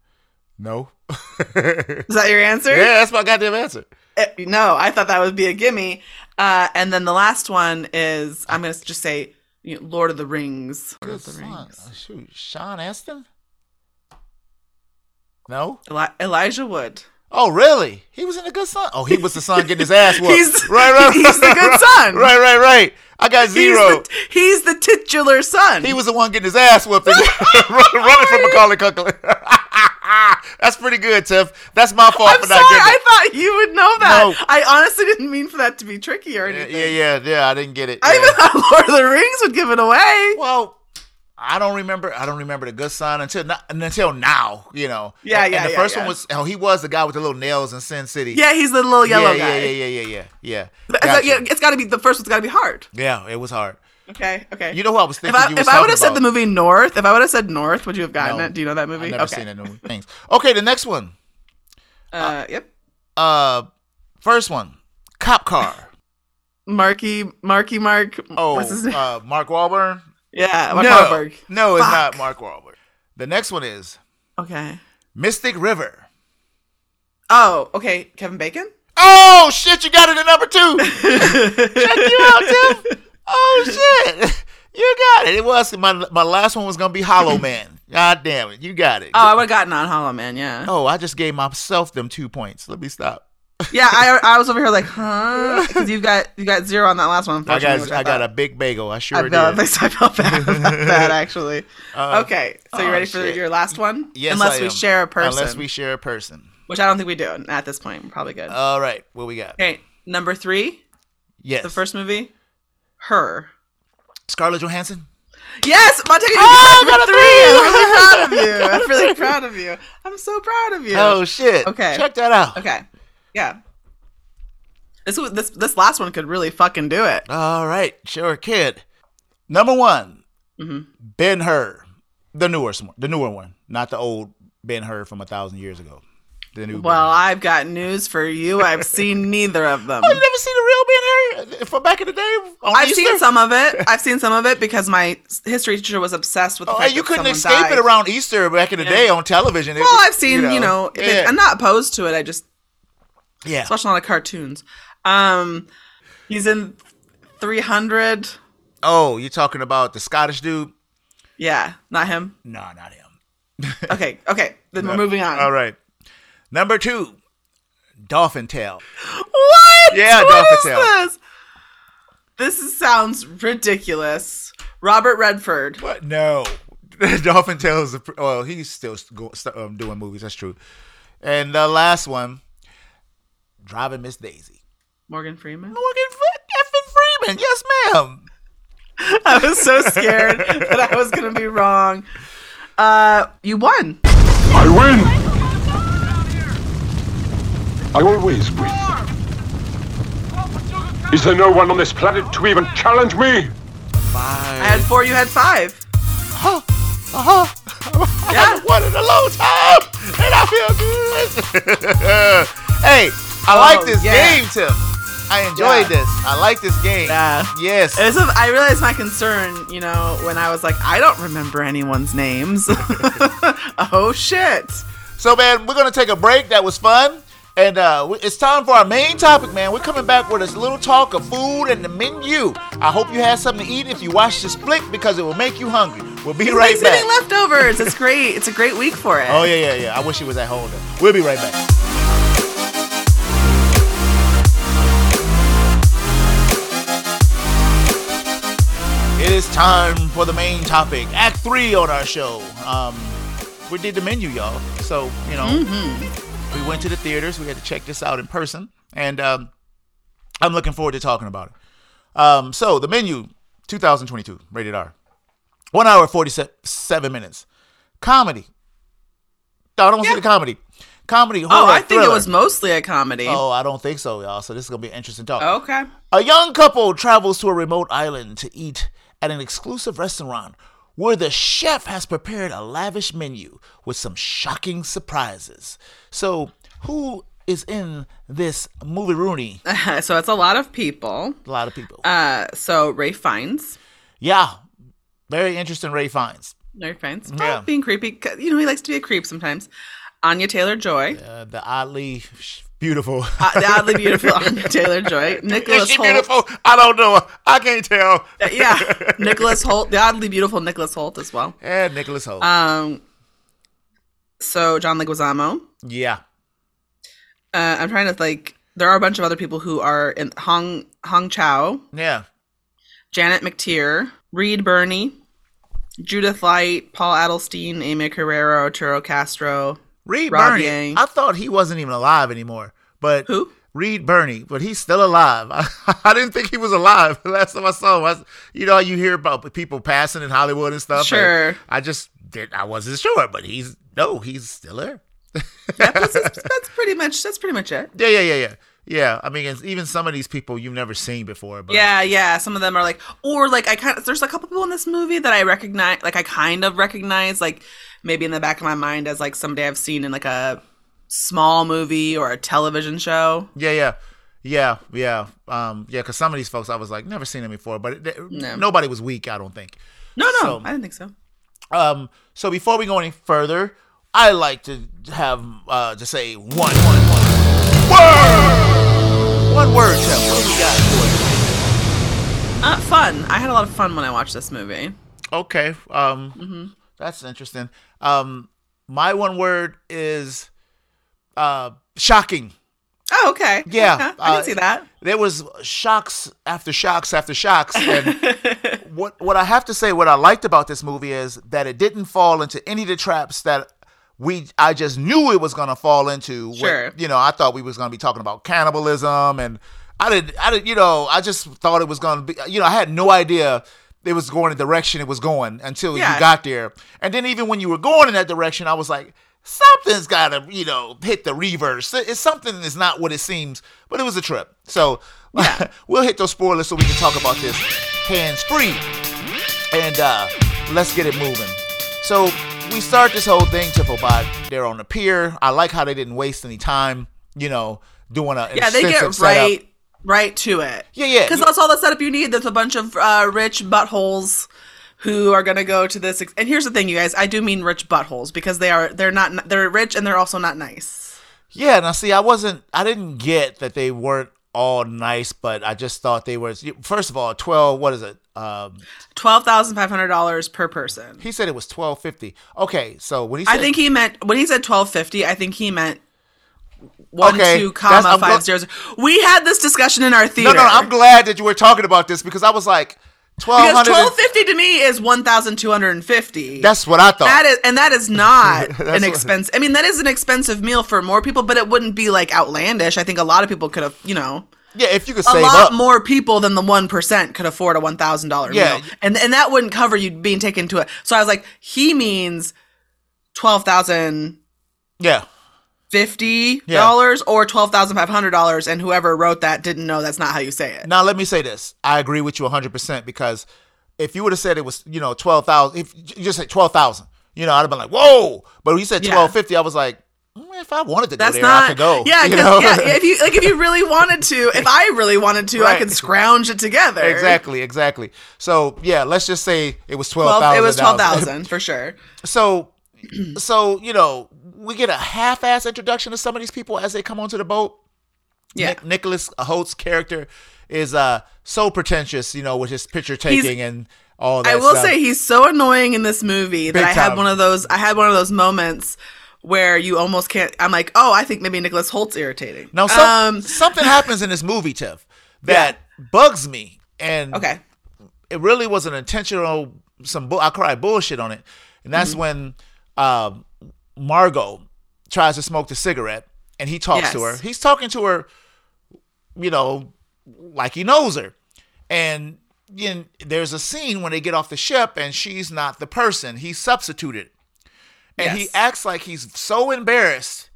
Speaker 1: no. *laughs* yeah,
Speaker 2: Is that your answer?
Speaker 1: that's my goddamn answer.
Speaker 2: Eh, no, I thought that would be a gimme. Uh, and then the last one is I'm gonna just say you know, Lord of the Rings. Lord
Speaker 1: Good
Speaker 2: of the
Speaker 1: Son.
Speaker 2: Rings.
Speaker 1: Oh, shoot, Sean Astin. No.
Speaker 2: Eli- Elijah Wood.
Speaker 1: Oh, really? He was in the good son. Oh, he was the son getting his
Speaker 2: *laughs*
Speaker 1: ass whooped.
Speaker 2: He's-
Speaker 1: right, right, right.
Speaker 2: he's the good
Speaker 1: *laughs*
Speaker 2: son.
Speaker 1: Right, right, right. I got zero.
Speaker 2: He's the, he's the titular son.
Speaker 1: He was the one getting his ass whooped and *laughs* running, running from Macaulay Culkin. *laughs* That's pretty good, Tiff. That's my fault
Speaker 2: I'm
Speaker 1: for
Speaker 2: sorry.
Speaker 1: not getting
Speaker 2: I
Speaker 1: it.
Speaker 2: thought you would know that.
Speaker 1: No.
Speaker 2: I honestly didn't mean for that to be tricky or anything.
Speaker 1: Yeah, yeah, yeah, yeah, I didn't get it.
Speaker 2: I
Speaker 1: Yeah.
Speaker 2: even thought *laughs* Lord of the Rings would give it away.
Speaker 1: well, I don't remember. I don't remember the good son until not, until now. You know.
Speaker 2: Yeah,
Speaker 1: and,
Speaker 2: yeah,
Speaker 1: And the
Speaker 2: yeah,
Speaker 1: first
Speaker 2: yeah.
Speaker 1: one was oh, he was the guy with the little nails in Sin City.
Speaker 2: Yeah, he's the little yellow
Speaker 1: yeah,
Speaker 2: guy.
Speaker 1: yeah, yeah, yeah, yeah, yeah, yeah.
Speaker 2: It's
Speaker 1: Gotcha.
Speaker 2: like, yeah, it's got to be the first one's got to be hard.
Speaker 1: Yeah, it was hard.
Speaker 2: Okay, okay.
Speaker 1: You know who I was
Speaker 2: if
Speaker 1: thinking?
Speaker 2: I,
Speaker 1: you was
Speaker 2: if I would have
Speaker 1: talking
Speaker 2: said the
Speaker 1: about?
Speaker 2: movie North, if I would have said North, would you have gotten
Speaker 1: No.
Speaker 2: it? Do you know that movie?
Speaker 1: I've never
Speaker 2: okay.
Speaker 1: seen it. in Things. Okay, the next one.
Speaker 2: Uh, yep.
Speaker 1: Uh, first one, cop car.
Speaker 2: Marky Marky Mark.
Speaker 1: Oh,
Speaker 2: *laughs* what's his name?
Speaker 1: uh, Mark Wahlberg.
Speaker 2: yeah, Mark
Speaker 1: no,
Speaker 2: Wahlberg.
Speaker 1: no, it's
Speaker 2: Fuck.
Speaker 1: not Mark Wahlberg. The next one is
Speaker 2: Okay.
Speaker 1: Mystic River.
Speaker 2: Oh, okay. Kevin Bacon.
Speaker 1: *laughs* Oh shit! You got it at number two. Check
Speaker 2: Oh,
Speaker 1: you out,
Speaker 2: *laughs*
Speaker 1: Tim. Oh shit! *laughs* You got it. It was my my last one was gonna be Hollow
Speaker 2: *laughs*
Speaker 1: Man. God damn it! You got it.
Speaker 2: Oh, I would have gotten on Hollow Man. Yeah.
Speaker 1: oh, I just gave myself them two points. Let me stop.
Speaker 2: Yeah, I, I was over here like, huh? Because you got you got zero on that last one.
Speaker 1: I
Speaker 2: Unfortunately,
Speaker 1: got
Speaker 2: which
Speaker 1: I, got a
Speaker 2: thought-
Speaker 1: big bagel. I sure
Speaker 2: I felt,
Speaker 1: did.
Speaker 2: *laughs* I felt bad about that actually.
Speaker 1: *laughs* Uh,
Speaker 2: okay, so you
Speaker 1: oh,
Speaker 2: ready for
Speaker 1: shit.
Speaker 2: your last one?
Speaker 1: Yes,
Speaker 2: Unless
Speaker 1: I
Speaker 2: we
Speaker 1: am.
Speaker 2: share a person,
Speaker 1: Unless we Uh, share a person.
Speaker 2: which I don't think we do at this point. We're probably good.
Speaker 1: All right, what we got?
Speaker 2: okay, number three,
Speaker 1: Yes,
Speaker 2: the first movie, her.
Speaker 1: Scarlett Johansson.
Speaker 2: Yes, Montego. you
Speaker 1: Oh,
Speaker 2: got
Speaker 1: I got a
Speaker 2: number three. I'm really proud of you. I'm really proud of you. I'm so proud of you.
Speaker 1: Oh shit!
Speaker 2: Okay.
Speaker 1: check that out.
Speaker 2: Okay, yeah. This was this this last one could really fucking do it.
Speaker 1: All right, sure, kid. Number one,
Speaker 2: Mm-hmm.
Speaker 1: Ben Hur, the newer one, the newer one, not the old Ben Hur from a thousand years ago. The new.
Speaker 2: Well, I've got news for you.
Speaker 1: *laughs*
Speaker 2: I've seen neither of
Speaker 1: Ben
Speaker 2: them.
Speaker 1: Hur. Oh, you never seen the real Ben Hur from back in the day. on
Speaker 2: I've
Speaker 1: Easter?
Speaker 2: seen some of it. I've seen some of it because my s- history teacher was obsessed with. The
Speaker 1: Oh,
Speaker 2: fact
Speaker 1: and you
Speaker 2: that
Speaker 1: couldn't
Speaker 2: someone
Speaker 1: escape
Speaker 2: died.
Speaker 1: it around Easter back in the day on television. It
Speaker 2: Well,
Speaker 1: was-
Speaker 2: I've seen. You know, if it-
Speaker 1: yeah.
Speaker 2: I'm not opposed to it. I just
Speaker 1: yeah.
Speaker 2: watch a lot of cartoons. Um, he's in 300.
Speaker 1: Oh, you talking about the Scottish dude?
Speaker 2: Yeah,
Speaker 1: *laughs*
Speaker 2: not him.
Speaker 1: No, not him.
Speaker 2: Okay, okay. Then we're moving on.
Speaker 1: All right. Number two, Dolphin Tail.
Speaker 2: What?
Speaker 1: Yeah,
Speaker 2: What
Speaker 1: Dolphin
Speaker 2: is
Speaker 1: Tail.
Speaker 2: this? This is- sounds ridiculous. Robert Redford.
Speaker 1: What? No. *laughs* Dolphin Tales. is a pr- Well, he's still s- go- st- um, doing movies. That's true. And the last one, Driving Miss Daisy.
Speaker 2: Morgan Freeman. *laughs*
Speaker 1: Morgan Fre- effing Freeman. Yes, ma'am.
Speaker 2: I was
Speaker 1: *laughs*
Speaker 2: so scared that I was gonna be wrong. Uh, you won.
Speaker 3: I win! I always win. Is there no one on this planet to even challenge me?
Speaker 2: I had four. You had five.
Speaker 1: Uh-huh.
Speaker 2: *laughs*
Speaker 1: I haven't won in a long time, and I feel good. *laughs* hey, I like this
Speaker 2: Oh, yeah.
Speaker 1: game, Tim. I enjoyed
Speaker 2: Yeah.
Speaker 1: this. I like this game.
Speaker 2: Yeah.
Speaker 1: Yes.
Speaker 2: It's a, I realized my concern, you know, when I was like, I don't remember anyone's names. *laughs* oh shit!
Speaker 1: So, man, we're going to take a break. That was fun. And uh, we- it's time for our main topic, man. We're coming back with a little talk of food and the menu. I hope you had something to eat if you watched this flick because it will make you hungry. We'll be *laughs* right
Speaker 2: Thanksgiving
Speaker 1: back.
Speaker 2: leftovers. It's great. It's a great week for
Speaker 1: *laughs*
Speaker 2: it.
Speaker 1: Oh, yeah, yeah, yeah. I wish it was at home. Though. We'll be right back. It is time for the main topic, Act 3 on our show. Um, we did the menu, y'all. So, you know, we went to the theaters. We had to check this out in person. And um, I'm looking forward to talking about it. Um, so, the menu, 2022, rated R. One hour, 47 minutes. Comedy. No, I don't see
Speaker 2: Yeah.
Speaker 1: the comedy. Comedy, horror,
Speaker 2: Oh, I think it
Speaker 1: thriller.
Speaker 2: was mostly a comedy.
Speaker 1: Oh, I don't think so, y'all. So this is gonna be an interesting talk.
Speaker 2: Okay. *laughs*
Speaker 1: A young couple travels to a remote island to eat at an exclusive restaurant where the chef has prepared a lavish menu with some shocking surprises. So, who is in this movie Rooney? A
Speaker 2: so it's a lot of people.
Speaker 1: lot of people.
Speaker 2: Uh, so Ray Fiennes.
Speaker 1: yeah. Very interesting Ray Fiennes.
Speaker 2: Ray Fiennes.
Speaker 1: Yeah.
Speaker 2: Oh, being creepy. 'cause, You know, he likes to be a creep sometimes. Anya Taylor Joy. Uh,
Speaker 1: Uh, the oddly sh- *laughs* beautiful.
Speaker 2: the oddly beautiful Anya Taylor Joy.
Speaker 1: *laughs*
Speaker 2: Nicholas
Speaker 1: is she
Speaker 2: Holt. Uh,
Speaker 1: beautiful? I don't know. I can't tell.
Speaker 2: Yeah. Nicholas Holt. The oddly beautiful Nicholas Holt as well.
Speaker 1: And
Speaker 2: Uh,
Speaker 1: Nicholas Holt.
Speaker 2: Um, so John Leguizamo,
Speaker 1: yeah.
Speaker 2: Uh, I'm trying to like. There are a bunch of other people who are in Hong Hong Chow,
Speaker 1: Yeah.
Speaker 2: Janet McTeer, Reed Burney, Judith Light, Paul Adelstein, Amy Carrero, Arturo Castro.
Speaker 1: Reed
Speaker 2: Rob
Speaker 1: Bernie.
Speaker 2: Yang.
Speaker 1: I thought he wasn't even alive anymore. But
Speaker 2: Who?
Speaker 1: Reed Bernie, but he's still alive. *laughs* I, didn't think he was alive *laughs* the last time I saw him. I was- you know, how you hear about people passing in Hollywood and stuff. and
Speaker 2: Sure.
Speaker 1: I just did. I wasn't sure, but he's no, he's still there.
Speaker 2: That's, that's pretty much. That's pretty much it.
Speaker 1: Yeah, yeah, yeah, yeah, yeah. I mean, it's, even some of these people you've never seen before. But
Speaker 2: Yeah, yeah. Some of them are like, or like I kind of. There's a couple people in this movie that I recognize, like I kind of recognize, like maybe in the back of my mind as like somebody I've seen in like a small movie or a television show.
Speaker 1: Yeah, yeah, yeah, yeah, um, yeah. Because some of these folks, I was like, never seen them before. But it,
Speaker 2: No.
Speaker 1: nobody was weak, I don't think.
Speaker 2: No, no,
Speaker 1: So-
Speaker 2: I didn't think so.
Speaker 1: Um, so before we go any further, I like to have uh, to say one, one, one word. One word, Jeff. What do we got for
Speaker 2: Uh, fun. I had a lot of fun when I watched this movie.
Speaker 1: it? Okay. Um,
Speaker 2: Mm-hmm.
Speaker 1: that's interesting. Um, my one word is uh, shocking.
Speaker 2: Oh, okay.
Speaker 1: Yeah,
Speaker 2: Okay, I can
Speaker 1: uh,
Speaker 2: see that.
Speaker 1: there was shocks after shocks after shocks and what what i have to say what i liked about this movie is that it didn't fall into any of the traps that we i just knew it was going to fall into What-
Speaker 2: Sure.
Speaker 1: you know i thought we was going to be talking about cannibalism and i did i did you know i just thought it was going to be you know i had no idea it was going the direction it was going until you
Speaker 2: Yeah.
Speaker 1: got there and then even when you were going in that direction i was like something's got to you know hit the reverse it's something is not what it seems but it was a trip so *laughs* we'll hit those spoilers so we can talk about this hands free and uh, let's get it moving. So we start this whole thing. Tifflebot, they're on the pier. I like how they didn't waste any time, you know, doing a
Speaker 2: Yeah, they get
Speaker 1: extensive setup.
Speaker 2: right right to it.
Speaker 1: Yeah, yeah.
Speaker 2: Because that's all the setup you need. There's a bunch of uh, rich buttholes who are going to go to this. Ex- and here's the thing, you guys. I do mean rich buttholes because they are they're not n- they're rich and they're also not nice.
Speaker 1: Yeah, now see, I wasn't, I didn't get that they weren't all nice, but I just thought they were. First of all, twelve. What is it? Um,
Speaker 2: Twelve thousand five hundred dollars per person.
Speaker 1: he said it was twelve fifty. Okay, so when he said
Speaker 2: I think he meant when he said twelve fifty. I think he meant. One
Speaker 1: Okay,
Speaker 2: two
Speaker 1: that's-
Speaker 2: comma
Speaker 1: I'm
Speaker 2: five
Speaker 1: gl-
Speaker 2: zeros. We had this discussion in our
Speaker 1: no,
Speaker 2: theater.
Speaker 1: no, I'm glad that you were talking about this because I was like twelve
Speaker 2: because
Speaker 1: hundred.
Speaker 2: twelve fifty to me is one thousand two hundred and fifty.
Speaker 1: That's what I thought.
Speaker 2: That is, and that
Speaker 1: *laughs*
Speaker 2: is not an
Speaker 1: Oh. what-
Speaker 2: expense. I mean, that is an expensive meal for more people, but it wouldn't be like outlandish. I think a lot of people could have, you know,
Speaker 1: yeah, if you could
Speaker 2: a
Speaker 1: save
Speaker 2: lot
Speaker 1: up.
Speaker 2: more people than the one percent could afford a one thousand dollar
Speaker 1: Yeah.
Speaker 2: meal, and and that wouldn't cover you being taken to it. So I was like, he means twelve thousand
Speaker 1: yeah,
Speaker 2: fifty dollars or twelve thousand five hundred dollars, and whoever wrote that didn't know that's not how you say it.
Speaker 1: Now let me say this. I agree with you 100% because if you would have said it was, you know, 12,000 if you just said 12,000, you know, I'd have been like, "Whoa." But when you said
Speaker 2: Yeah.
Speaker 1: 1250, I was like, mm, if I wanted to go
Speaker 2: That's
Speaker 1: there,
Speaker 2: not
Speaker 1: I could go.
Speaker 2: *laughs* Yeah,
Speaker 1: you
Speaker 2: 'cause-
Speaker 1: know?
Speaker 2: yeah. If you like, if you really wanted to,
Speaker 1: *laughs*
Speaker 2: if I really wanted to, I
Speaker 1: Right.
Speaker 2: could scrounge it together.
Speaker 1: *laughs* exactly, exactly. So, yeah, let's just say it was
Speaker 2: Well,
Speaker 1: 12,000.
Speaker 2: it was twelve thousand for sure.
Speaker 1: *laughs* so so, you know, we get a half-ass introduction to some of these people as they come onto the boat.
Speaker 2: Yeah.
Speaker 1: Nic- Nicholas Holt's character is uh so pretentious, you know, with his picture taking and all that
Speaker 2: I will
Speaker 1: stuff.
Speaker 2: say he's so annoying in this movie that
Speaker 1: Big
Speaker 2: I had
Speaker 1: time.
Speaker 2: one of those I had one of those moments where you almost can't I'm like, "Oh, I think maybe Nicholas Holt's irritating."
Speaker 1: Now, some,
Speaker 2: um *laughs*
Speaker 1: something happens in this movie, Tiff, that bugs me, and
Speaker 2: okay.
Speaker 1: it really was an intentional. Some bu- I cried bullshit on it, and
Speaker 2: Mm-hmm.
Speaker 1: that's when um, Margot tries to smoke the cigarette, and he talks to her.
Speaker 2: Yes.
Speaker 1: He's talking to her, you know, like he knows her, and then there's a scene when they get off the ship, and she's not the person he substituted, and he
Speaker 2: Yes.
Speaker 1: acts like he's so embarrassed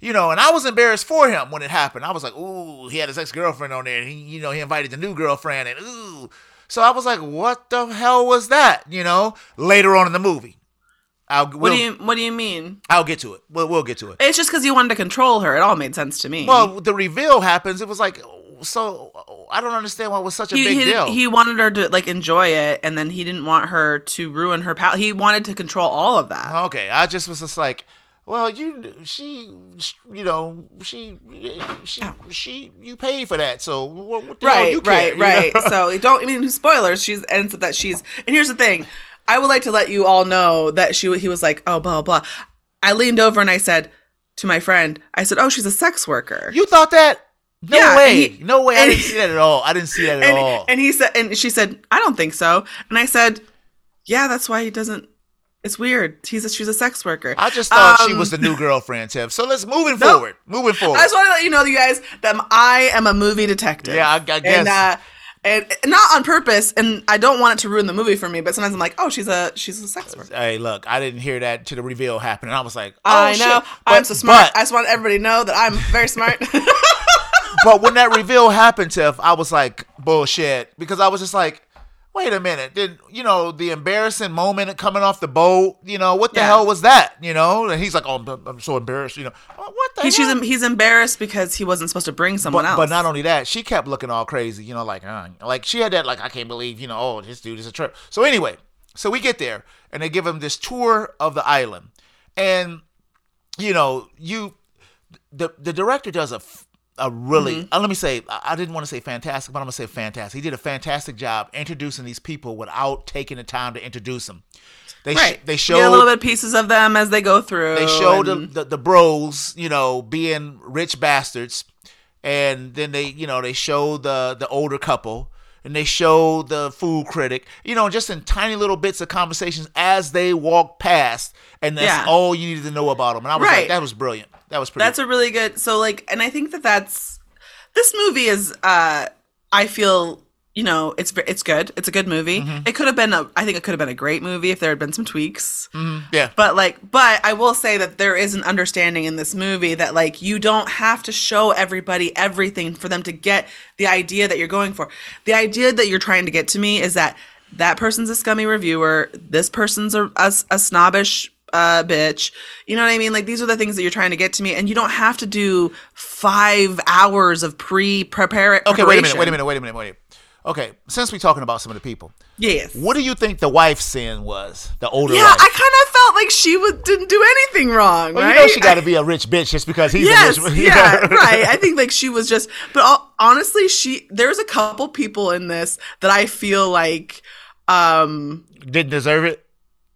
Speaker 1: you know, and I was embarrassed for him when it happened. I was like, ooh, he had his ex girlfriend on there, and he, you know, he invited the new girlfriend, and ooh. So I was like, what the hell was that? You know, later on in the movie, I'll we'll,
Speaker 2: What do you what do you mean?
Speaker 1: I'll get to it. We'll, we'll get to it.
Speaker 2: It's just cuz you wanted to control her. It all made sense to me.
Speaker 1: Well, the reveal happens. It was like, oh, so oh, I don't understand why it was such a
Speaker 2: he,
Speaker 1: big
Speaker 2: he,
Speaker 1: deal.
Speaker 2: he wanted her to like enjoy it and then he didn't want her to ruin her pal. He wanted to control all of that.
Speaker 1: okay, I just was just like. Well, you, she, you know, she, she, she, you paid for that, so what, what the hell
Speaker 2: right,
Speaker 1: you care,
Speaker 2: right,
Speaker 1: you know?
Speaker 2: right.
Speaker 1: *laughs*
Speaker 2: So it don't. I mean, spoilers. She's ends up that she's. And here's the thing, I would like to let you all know that she. He was like, oh, blah blah. blah. I leaned over and I said, to my friend. I said, "Oh, she's a sex worker."
Speaker 1: You thought that? No
Speaker 2: Yeah,
Speaker 1: way.
Speaker 2: and he-
Speaker 1: no way. I
Speaker 2: and
Speaker 1: didn't
Speaker 2: he-
Speaker 1: see that at all. I didn't see that at
Speaker 2: and,
Speaker 1: all.
Speaker 2: and he said, and she said, "I don't think so." And I said, "Yeah, that's why he doesn't." It's weird. He's a, she's a sex worker.
Speaker 1: I just thought she
Speaker 2: Um,
Speaker 1: was the new girlfriend, Tim. So let's moving
Speaker 2: No.
Speaker 1: forward. Moving forward.
Speaker 2: I just want to let you know, you guys, that I am a movie detective.
Speaker 1: Yeah, I- I guess.
Speaker 2: And, uh, and and not on purpose, and I don't want it to ruin the movie for me. But sometimes I'm like, oh, she's a she's a sex worker.
Speaker 1: hey, look, I didn't hear that to the reveal happen, and I was like, oh,
Speaker 2: I
Speaker 1: shit.
Speaker 2: know
Speaker 1: But-
Speaker 2: I'm so smart.
Speaker 1: But,
Speaker 2: I just want everybody to know that I'm very smart.
Speaker 1: but when that reveal happened, Tiff, I was like, bullshit, because I was just like, wait a minute, did you know the embarrassing moment coming off the boat? You know what the
Speaker 2: Yeah.
Speaker 1: hell was that? You know, and he's like, oh, I'm, I'm so embarrassed. You know, Oh, what the
Speaker 2: *laughs* He- she's
Speaker 1: hell?
Speaker 2: em- he's embarrassed because he wasn't supposed to bring someone
Speaker 1: but,
Speaker 2: else.
Speaker 1: But not only that, she kept looking all crazy, you know, like, uh, like she had that, like, I can't believe, you know, oh, this dude is a trip. So anyway, so we get there and they give him this tour of the island, and you know, you, the the director does a. f- A really,
Speaker 2: Mm-hmm.
Speaker 1: uh, let me say, I I didn't want to say fantastic, but I'm gonna say fantastic. He did a fantastic job introducing these people without taking the time to introduce them. They sh-
Speaker 2: right.
Speaker 1: they
Speaker 2: You get a
Speaker 1: showed
Speaker 2: little bit pieces of them as they go through.
Speaker 1: they showed the,
Speaker 2: and-
Speaker 1: the, the bros, you know, being rich bastards, and then they, you know, they showed the the older couple, and they showed the food critic, you know, just in tiny little bits of conversations as they walked past, and that's
Speaker 2: Yeah.
Speaker 1: all you needed to know about them. And I was like,
Speaker 2: Right.
Speaker 1: that was brilliant. That was pretty.
Speaker 2: That's a really good. So like, and I think that that's this movie is. uh I feel you know it's it's good. It's a good movie. It could have been a. I think it could have been a great movie if there had been some tweaks.
Speaker 1: yeah.
Speaker 2: But like, but I will say that there is an understanding in this movie that like you don't have to show everybody everything for them to get the idea that you're going for. The idea that you're trying to get to me is that that person's a scummy reviewer. This person's a a, a snobbish uh, bitch. You know what I mean? Like these are the things that you're trying to get to me, and you don't have to do five hours of pre prepare.
Speaker 1: okay, wait a minute. Wait a minute. Wait a minute. Wait a minute. Okay, since we're talking about some of the people,
Speaker 2: Yes.
Speaker 1: what do you think the wife's sin was? The older
Speaker 2: yeah,
Speaker 1: wife?
Speaker 2: I kind of felt like she was, didn't do anything wrong.
Speaker 1: well,
Speaker 2: right?
Speaker 1: you know she
Speaker 2: I-
Speaker 1: got to be a rich bitch just because he's
Speaker 2: yes,
Speaker 1: a *laughs* rich. you
Speaker 2: yeah,
Speaker 1: know?
Speaker 2: right. I think like she was just, but all, honestly, she there's a couple people in this that I feel like um
Speaker 1: Didn't deserve it.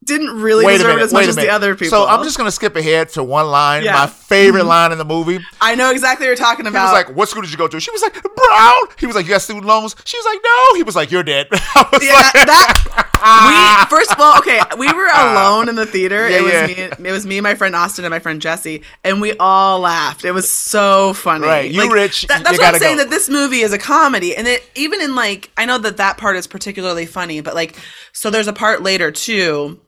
Speaker 2: didn't really deserve it as much as the other people.
Speaker 1: So I'm just gonna skip ahead to one line,
Speaker 2: Yeah.
Speaker 1: my favorite line in the movie. He
Speaker 2: I know exactly what you're talking
Speaker 1: was
Speaker 2: about.
Speaker 1: like, "What school did you go to?" She was like, "Brown." He was like, "You got student loans?" She was like, "No." He was like, "You're dead." *laughs* I was
Speaker 2: *laughs* yeah,
Speaker 1: like,
Speaker 2: that we first of all, okay, we were alone in the theater.
Speaker 1: Uh, Yeah,
Speaker 2: it was
Speaker 1: yeah.
Speaker 2: me, it was me, my friend Austin, and my friend Jesse, and we all laughed. It was so funny.
Speaker 1: Right, you rich,
Speaker 2: that- that's
Speaker 1: you
Speaker 2: what
Speaker 1: gotta
Speaker 2: I'm saying.
Speaker 1: go.
Speaker 2: That this movie is a comedy, and it even in like I know that that part is particularly funny, but like so there's a part later too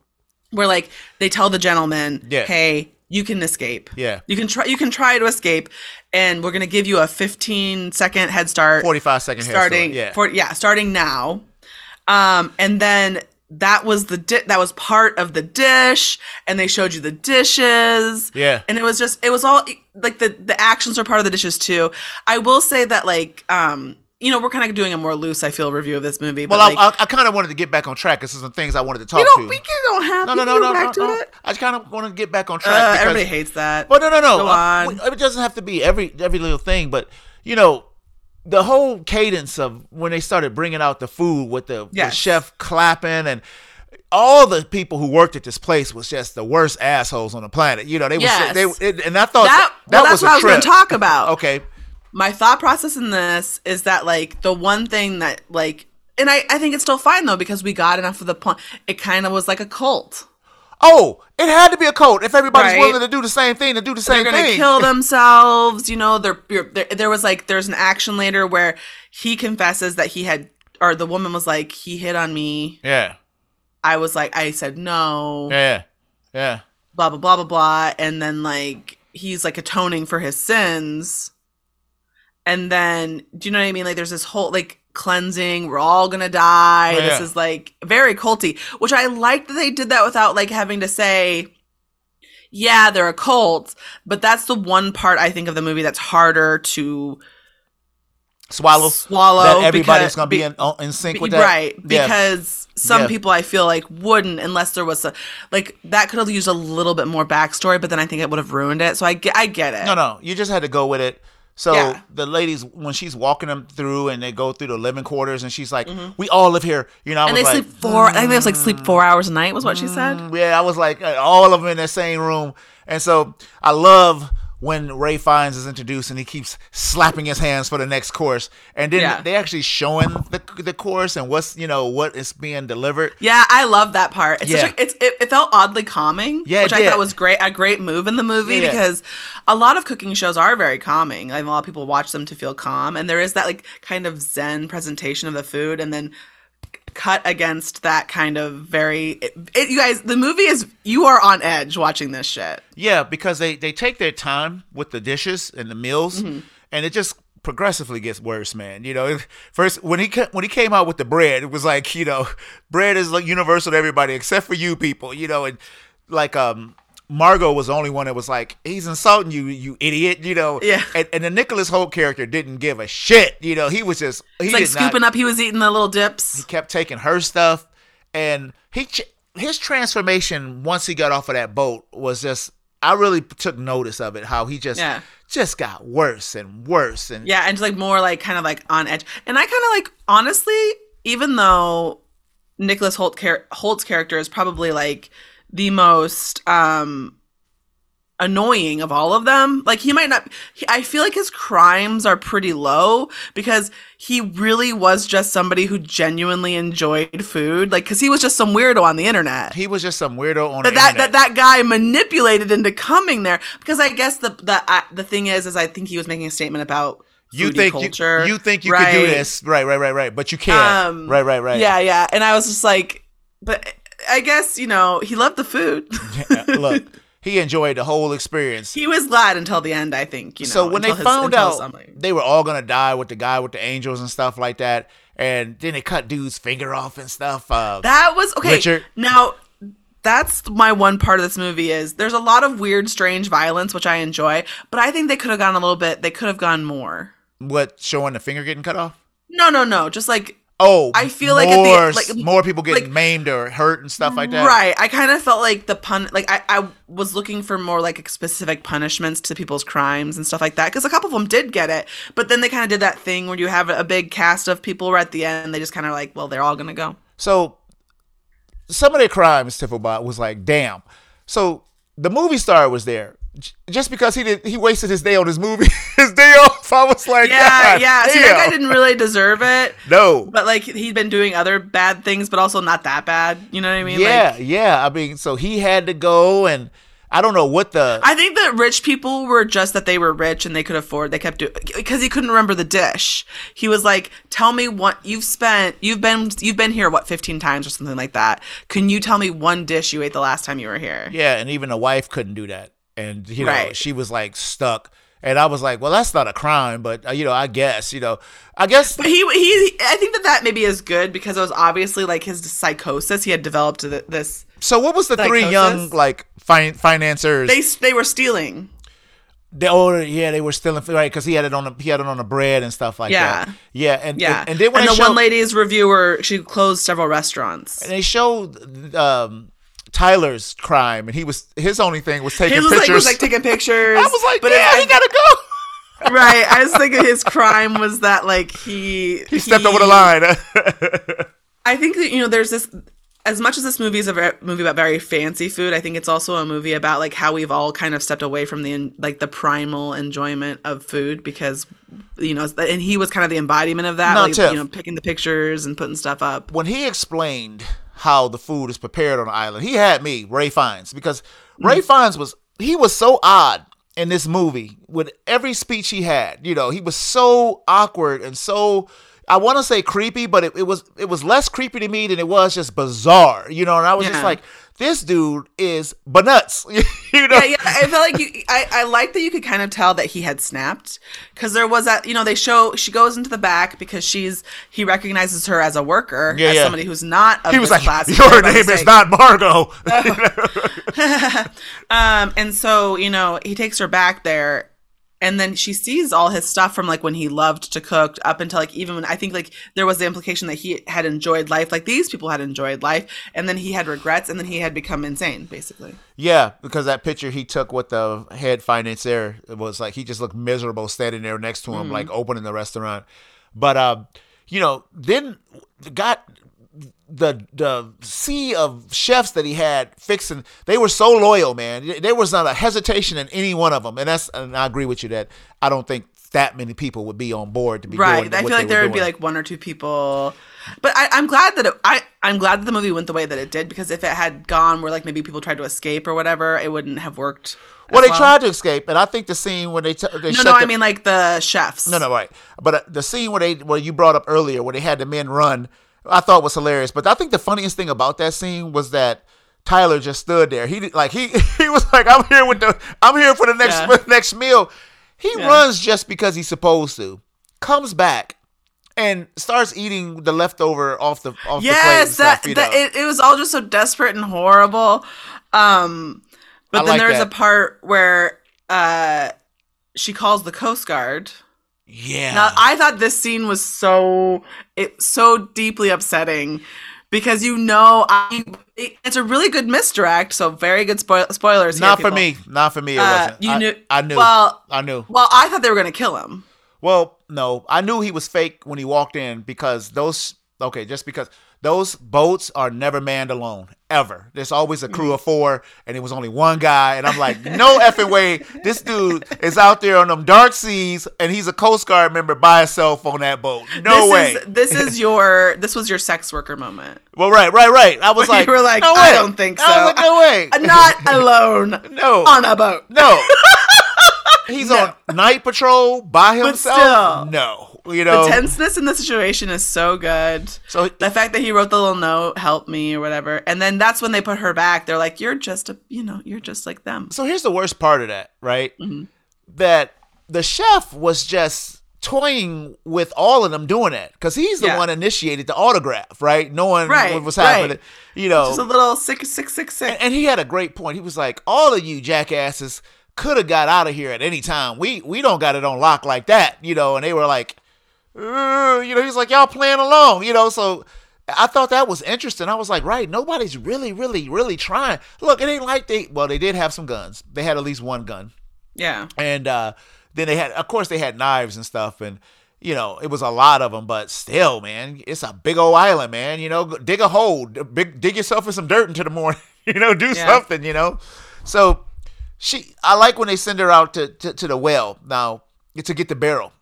Speaker 2: where like they tell the gentleman,
Speaker 1: Yeah.
Speaker 2: hey, you can escape.
Speaker 1: Yeah.
Speaker 2: you can try. You can try to escape, and we're gonna give you a 15 second head start
Speaker 1: 45 second hair
Speaker 2: starting
Speaker 1: story. Yeah.
Speaker 2: for- yeah starting now um and then that was the di- that was part of the dish and they showed you the dishes
Speaker 1: Yeah.
Speaker 2: and it was just it was all e, like the the actions are part of the dishes too i will say that like um you know we're kind of doing a more loose i feel review of this movie but
Speaker 1: well,
Speaker 2: like,
Speaker 1: I, I, I kind of wanted to get back on track. This is some things I wanted to talk
Speaker 2: we don't
Speaker 1: to.
Speaker 2: we can- don't have
Speaker 1: no, no,
Speaker 2: we
Speaker 1: no,
Speaker 2: can
Speaker 1: no,
Speaker 2: go
Speaker 1: no,
Speaker 2: back
Speaker 1: no.
Speaker 2: to it
Speaker 1: I just kind of want to get back on track.
Speaker 2: uh,
Speaker 1: because-
Speaker 2: everybody hates that
Speaker 1: Well, no, no, no.
Speaker 2: Go
Speaker 1: Uh,
Speaker 2: on.
Speaker 1: It doesn't have to be every every little thing, but you know, the whole cadence of when they started bringing out the food with the, the
Speaker 2: Yes.
Speaker 1: chef clapping and all the people who worked at this place was just the worst assholes on the planet. You know, they
Speaker 2: Yes.
Speaker 1: was they it, and I thought
Speaker 2: that,
Speaker 1: oh, that,
Speaker 2: well, that's
Speaker 1: was a
Speaker 2: what I was going
Speaker 1: trip.
Speaker 2: to talk about.
Speaker 1: Okay,
Speaker 2: my thought process in this is that like the one thing that like and I, I think it's still fine though because we got enough of the point it kind of was like a cult
Speaker 1: oh, it had to be a cult. If everybody's
Speaker 2: Right.
Speaker 1: willing to do the same thing, to do the same
Speaker 2: they're gonna
Speaker 1: thing,
Speaker 2: *laughs* kill themselves you know they're, you're- there there was like there's an action later where he confesses that he had or the woman was like he hit on me
Speaker 1: yeah,
Speaker 2: i was like i said no
Speaker 1: yeah, yeah.
Speaker 2: blah blah blah blah blah and then like he's like atoning for his sins and then do you know what i mean like there's this whole like cleansing we're all gonna die
Speaker 1: Oh,
Speaker 2: this
Speaker 1: yeah.
Speaker 2: is like very culty which i liked that they did that without like having to say yeah they're a cult but that's the one part i think of the movie that's harder to
Speaker 1: Swallow.
Speaker 2: swallow
Speaker 1: that everybody's
Speaker 2: because-
Speaker 1: gonna be,
Speaker 2: be-
Speaker 1: in, on- in sync
Speaker 2: be-
Speaker 1: with that,
Speaker 2: Right.
Speaker 1: Yeah.
Speaker 2: Because some
Speaker 1: Yeah.
Speaker 2: people I feel like wouldn't unless there was a like that could have used a little bit more backstory, but then I think it would have ruined it. So I get I get it.
Speaker 1: No, no, you just had to go with it. So
Speaker 2: Yeah.
Speaker 1: the ladies, when she's walking them through, and they go through the living quarters, and she's like, "We all live here," you know. I
Speaker 2: Mm-hmm. And they
Speaker 1: was like, Mm.
Speaker 2: sleep four I think they have like sleep four hours a night was what she said.
Speaker 1: "Yeah," I was like, uh, "All of them in the same room," and so I love when Ray Fiennes is introduced and he keeps slapping his hands for the next course, and then
Speaker 2: Yeah.
Speaker 1: they actually showing the the course and what's you know what is being delivered.
Speaker 2: Yeah, I love that part. It's
Speaker 1: Yeah.
Speaker 2: such a, it's it, it felt oddly calming,
Speaker 1: Yeah, it
Speaker 2: which I
Speaker 1: did.
Speaker 2: thought was great a great move in the movie
Speaker 1: Yeah, yeah.
Speaker 2: because a lot of cooking shows are very calming. And a lot of people watch them to feel calm, and there is that like kind of zen presentation of the food, and then cut against that kind of very. It, it- you guys, the movie is you are on edge watching this shit.
Speaker 1: Yeah, because they they take their time with the dishes and the meals,
Speaker 2: Mm-hmm.
Speaker 1: and it just progressively gets worse, man. You know, *laughs* if- first when he ca- when he came out with the bread, it was like you know, *laughs* bread is like universal to everybody except for you people. You know, and like um. Margot was the only one that was like, "He's insulting you, you idiot," you know.
Speaker 2: Yeah.
Speaker 1: And, and the Nicholas Holt character didn't give a shit, you know. He was just he
Speaker 2: It's like
Speaker 1: did not-
Speaker 2: scooping up. He was eating the little dips.
Speaker 1: kept taking her stuff, and he ch- his transformation once he got off of that boat was just I really took notice of it how he just
Speaker 2: Yeah.
Speaker 1: just got worse and worse and
Speaker 2: Yeah, and just like more like kind of like on edge. And I kind of like honestly, even though Nicholas Holt char- Holt's character is probably like the most um annoying of all of them. Like he might not he, I feel like his crimes are pretty low because he really was just somebody who genuinely enjoyed food. Like cuz he was just some weirdo on the internet
Speaker 1: he was just some weirdo on the
Speaker 2: that that,
Speaker 1: internet.
Speaker 2: that that guy manipulated into coming there because I guess the the uh, the thing is is I think he was making a statement about
Speaker 1: you
Speaker 2: foodie
Speaker 1: think
Speaker 2: culture.
Speaker 1: you, you think you could do
Speaker 2: right?
Speaker 1: this right right right right but you can't
Speaker 2: Um,
Speaker 1: right right right
Speaker 2: Yeah, yeah, and I was just like, but I guess you know he loved the food.
Speaker 1: *laughs* Yeah, look he enjoyed the whole experience
Speaker 2: *laughs* he was glad until the end. I think you know.
Speaker 1: so when they
Speaker 2: until his-
Speaker 1: found
Speaker 2: until
Speaker 1: out
Speaker 2: something.
Speaker 1: they were all gonna die with the guy with the angels and stuff like that and then they cut dude's finger off and stuff uh,
Speaker 2: That was okay.
Speaker 1: Richard.
Speaker 2: Now that's my one part of this movie is there's a lot of weird, strange violence which I enjoy, but I think they could have gone a little bit. They could have gone more.
Speaker 1: what showing the finger getting cut off
Speaker 2: No, no, no. Just like
Speaker 1: Oh,
Speaker 2: I feel
Speaker 1: more,
Speaker 2: like at the- like-
Speaker 1: more people getting
Speaker 2: like-
Speaker 1: maimed or hurt and stuff like that.
Speaker 2: Right. I kind of felt like the pun, like I, I was looking for more like specific punishments to people's crimes and stuff like that. Cause a couple of them did get it, but then they kind of did that thing where you have a big cast of people where at the end, they just kind of like, well, they're all going to
Speaker 1: *laughs*
Speaker 2: go.
Speaker 1: So some of their crimes, Tifflebot was like, damn. So the movie star was there. J- Just because he did, he wasted his day on his movie, *laughs* his day off. I was like,
Speaker 2: Yeah.
Speaker 1: God
Speaker 2: yeah. See, that
Speaker 1: damn.
Speaker 2: guy didn't really deserve it,
Speaker 1: *laughs* No.
Speaker 2: but like he'd been doing other bad things, but also not that bad. You know what I mean?
Speaker 1: yeah,
Speaker 2: Like,
Speaker 1: yeah. I mean, so he had to go, and I don't know what the.
Speaker 2: I think that rich people were just that they were rich and they could afford. They kept doing because he couldn't remember the dish. He was like, "Tell me what you've spent. You've been you've been here what fifteen times or something like that. Can you tell me one dish you ate the last time you were here?"
Speaker 1: yeah, and even the wife couldn't do that, and you know
Speaker 2: Right.
Speaker 1: she was like stuck, and I was like, well, that's not a crime, but uh, you know, I guess, you know, I guess
Speaker 2: But he he I think that that maybe is good because it was obviously like his psychosis. He had developed th- this.
Speaker 1: So what was the three
Speaker 2: Psychosis?
Speaker 1: young like fin- financiers?
Speaker 2: They
Speaker 1: They,
Speaker 2: s- they were stealing.
Speaker 1: oh yeah, they were still in right because he had it on a, he had it on the bread and stuff like
Speaker 2: Yeah.
Speaker 1: that. Yeah, and
Speaker 2: Yeah,
Speaker 1: and, and then when they
Speaker 2: the
Speaker 1: showed,
Speaker 2: one lady's reviewer she closed several restaurants.
Speaker 1: they showed um, Tyler's crime and he was his only thing was taking
Speaker 2: His was like,
Speaker 1: pictures.
Speaker 2: was like taking
Speaker 1: *laughs*
Speaker 2: pictures.
Speaker 1: I was like,
Speaker 2: but it-
Speaker 1: yeah,
Speaker 2: I-
Speaker 1: he gotta
Speaker 2: *laughs*
Speaker 1: go.
Speaker 2: right. I was thinking his crime was that like he
Speaker 1: He stepped over the line.
Speaker 2: I think that you know there's this as much as this movie is a ver- movie about very fancy food, I think it's also a movie about like how we've all kind of stepped away from the en- like the primal enjoyment of food because you know and he was kind of the embodiment of that
Speaker 1: No,
Speaker 2: like
Speaker 1: Tiff.
Speaker 2: you know picking the pictures and putting stuff up.
Speaker 1: when he explained how the food is prepared on the island, he had me Ray Fiennes because
Speaker 2: Mm.
Speaker 1: Ray Fiennes was he was so odd in this movie with every speech he had. You know, he was so awkward and so I want to say creepy, but it, it was it was less creepy to me than it was just bizarre. You know, and I was just
Speaker 2: Yeah.
Speaker 1: like, this dude is bananas. *laughs* you know,
Speaker 2: *laughs* yeah, yeah, I felt like you. I, I like that you could kind of tell that he had snapped because there was that. You know, they show she goes into the back because she's he recognizes her as a worker,
Speaker 1: Yeah,
Speaker 2: as
Speaker 1: yeah.
Speaker 2: somebody who's not of
Speaker 1: he was
Speaker 2: this
Speaker 1: like, *laughs*
Speaker 2: class.
Speaker 1: your
Speaker 2: by
Speaker 1: name is
Speaker 2: mistake.
Speaker 1: not Margot.
Speaker 2: Um, and so you know he takes her back there, and then she sees all his stuff from like when he loved to cook up until like even when I think like there was the implication that he had enjoyed life, like these people had enjoyed life, and then he had regrets, and then he had become insane, basically.
Speaker 1: Yeah, because that picture he took with the head financier it was like he just looked miserable standing there
Speaker 2: Mm-hmm.
Speaker 1: uh, next to him, like opening the restaurant. But um, you know, then the guy the the sea of chefs that he had fixing they were so loyal man there was not a hesitation in any one of them and that's and i agree with you that i don't think that many people would be on board to be
Speaker 2: right.
Speaker 1: doing
Speaker 2: I
Speaker 1: what
Speaker 2: feel like
Speaker 1: they
Speaker 2: there
Speaker 1: were
Speaker 2: would be
Speaker 1: doing.
Speaker 2: like one or two people, but I, I'm glad that it, I I'm glad that the movie went the way that it did because if it had gone where like maybe people tried to escape or whatever, it wouldn't have worked.
Speaker 1: well
Speaker 2: as
Speaker 1: they tried to escape and i think the scene when they t- they
Speaker 2: No,
Speaker 1: shut
Speaker 2: no,
Speaker 1: the-
Speaker 2: I mean like the chefs.
Speaker 1: No, no, right. But uh, the scene where they, where you brought up earlier, where they had the men run, I thought was hilarious. But I think the funniest thing about that scene was that Tyler just stood there. He did- like he *laughs* he was like, "I'm here with the, I'm here for the next
Speaker 2: Yeah.
Speaker 1: for the *laughs* next meal." He
Speaker 2: Yeah.
Speaker 1: runs just because he's supposed to. Comes back and starts eating the leftover off the off
Speaker 2: Yes,
Speaker 1: the plate. and
Speaker 2: that,
Speaker 1: stuff, you
Speaker 2: that
Speaker 1: know.
Speaker 2: it, it was all just so desperate and horrible. Um, but
Speaker 1: I
Speaker 2: then
Speaker 1: like
Speaker 2: there's
Speaker 1: that.
Speaker 2: a part where uh, she calls the Coast Guard.
Speaker 1: yeah.
Speaker 2: Now, I thought this scene was so it so deeply upsetting because you know I it, it's a really good misdirect, so very good spoil, spoilers. here,
Speaker 1: not for
Speaker 2: people.
Speaker 1: me. Not for me. It
Speaker 2: Uh,
Speaker 1: wasn't.
Speaker 2: you
Speaker 1: I,
Speaker 2: knew-
Speaker 1: I knew.
Speaker 2: well-
Speaker 1: I knew.
Speaker 2: Well, I thought they were gonna kill him.
Speaker 1: Well, no, I knew he was fake when he walked in because those okay, just because those boats are never manned alone ever. There's always a
Speaker 2: Mm.
Speaker 1: crew of four, and it was only one guy, and I'm like, no effing way, this dude is out there on them dark seas, and he's a Coast Guard member by himself on that boat. No
Speaker 2: this
Speaker 1: way.
Speaker 2: Is, this is
Speaker 1: *laughs*
Speaker 2: your this was your sex worker moment.
Speaker 1: well, right, right, right. I was
Speaker 2: *laughs* You
Speaker 1: like,
Speaker 2: were like,
Speaker 1: no
Speaker 2: I
Speaker 1: way."
Speaker 2: don't think
Speaker 1: I was like,
Speaker 2: so.
Speaker 1: *laughs* no
Speaker 2: *laughs*
Speaker 1: way.
Speaker 2: I'm not alone
Speaker 1: no,
Speaker 2: on a boat. *laughs*
Speaker 1: no. He's on night patrol by himself.
Speaker 2: still.
Speaker 1: no, you
Speaker 2: The
Speaker 1: know.
Speaker 2: tenseness in the situation is so good.
Speaker 1: so
Speaker 2: The fact that he wrote the little note, help me or whatever, and then that's when they put her back. They're like, you're just a, you know, you're just like them.
Speaker 1: so here's the worst part of that, right?
Speaker 2: Mm-hmm.
Speaker 1: That the chef was just toying with all of them doing that because he's the
Speaker 2: Yeah.
Speaker 1: one initiated the autograph, right? Knowing
Speaker 2: Right,
Speaker 1: what was happening,
Speaker 2: right.
Speaker 1: you know.
Speaker 2: Just a little six six six six.
Speaker 1: and he had a great point. He was like, "All of you jackasses could have got out of here at any time. We we don't got it on lock like that, you know." And they were like, "Ugh," you know, he's like, "Y'all playing along, you know." So I thought that was interesting. I was like, "Right, nobody's really, really, really trying." Look, it ain't like they. Well, they did have some guns. They had at least one gun,
Speaker 2: Yeah.
Speaker 1: and uh, then they had, of course, they had knives and stuff, and. You know, it was a lot of them, but still, man, it's a big old island, man. You know, Go- dig a hole, d- big, dig yourself in some dirt into the morning. *laughs* You know, do
Speaker 2: Yeah.
Speaker 1: something. You know, so she, I like when they send her out to to, to the well now to get the barrel.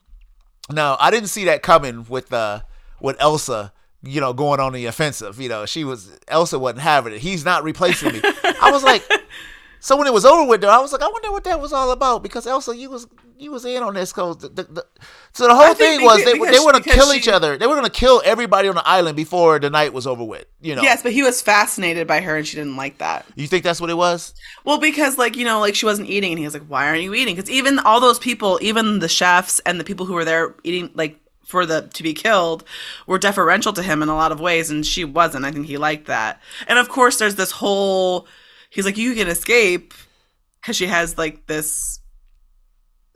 Speaker 1: Now, I didn't see that coming with uh with Elsa, you know, going on the offensive. You know, she was Elsa wasn't having it. He's not replacing me. I was
Speaker 2: *laughs*
Speaker 1: like, so when it was over with, though, I was like, I wonder what that was all about because Elsa, you was you was in on this because the, the, the- so the whole
Speaker 2: think
Speaker 1: thing
Speaker 2: beca-
Speaker 1: was they
Speaker 2: because
Speaker 1: they were
Speaker 2: she-
Speaker 1: gonna
Speaker 2: because
Speaker 1: kill
Speaker 2: she-
Speaker 1: each other. They were gonna kill everybody on the island before the night was over with. You know,
Speaker 2: Yes, but he was fascinated by her and she didn't like that.
Speaker 1: You think that's what it was?
Speaker 2: Well, because like, you know, like she wasn't eating and he was like, "Why aren't you eating?" Cuz even all those people, even the chefs and the people who were there eating like for the to be killed were deferential to him in a lot of ways and she wasn't. I think he liked that. And of course, there's this whole he's like, "You can escape" cuz she has like this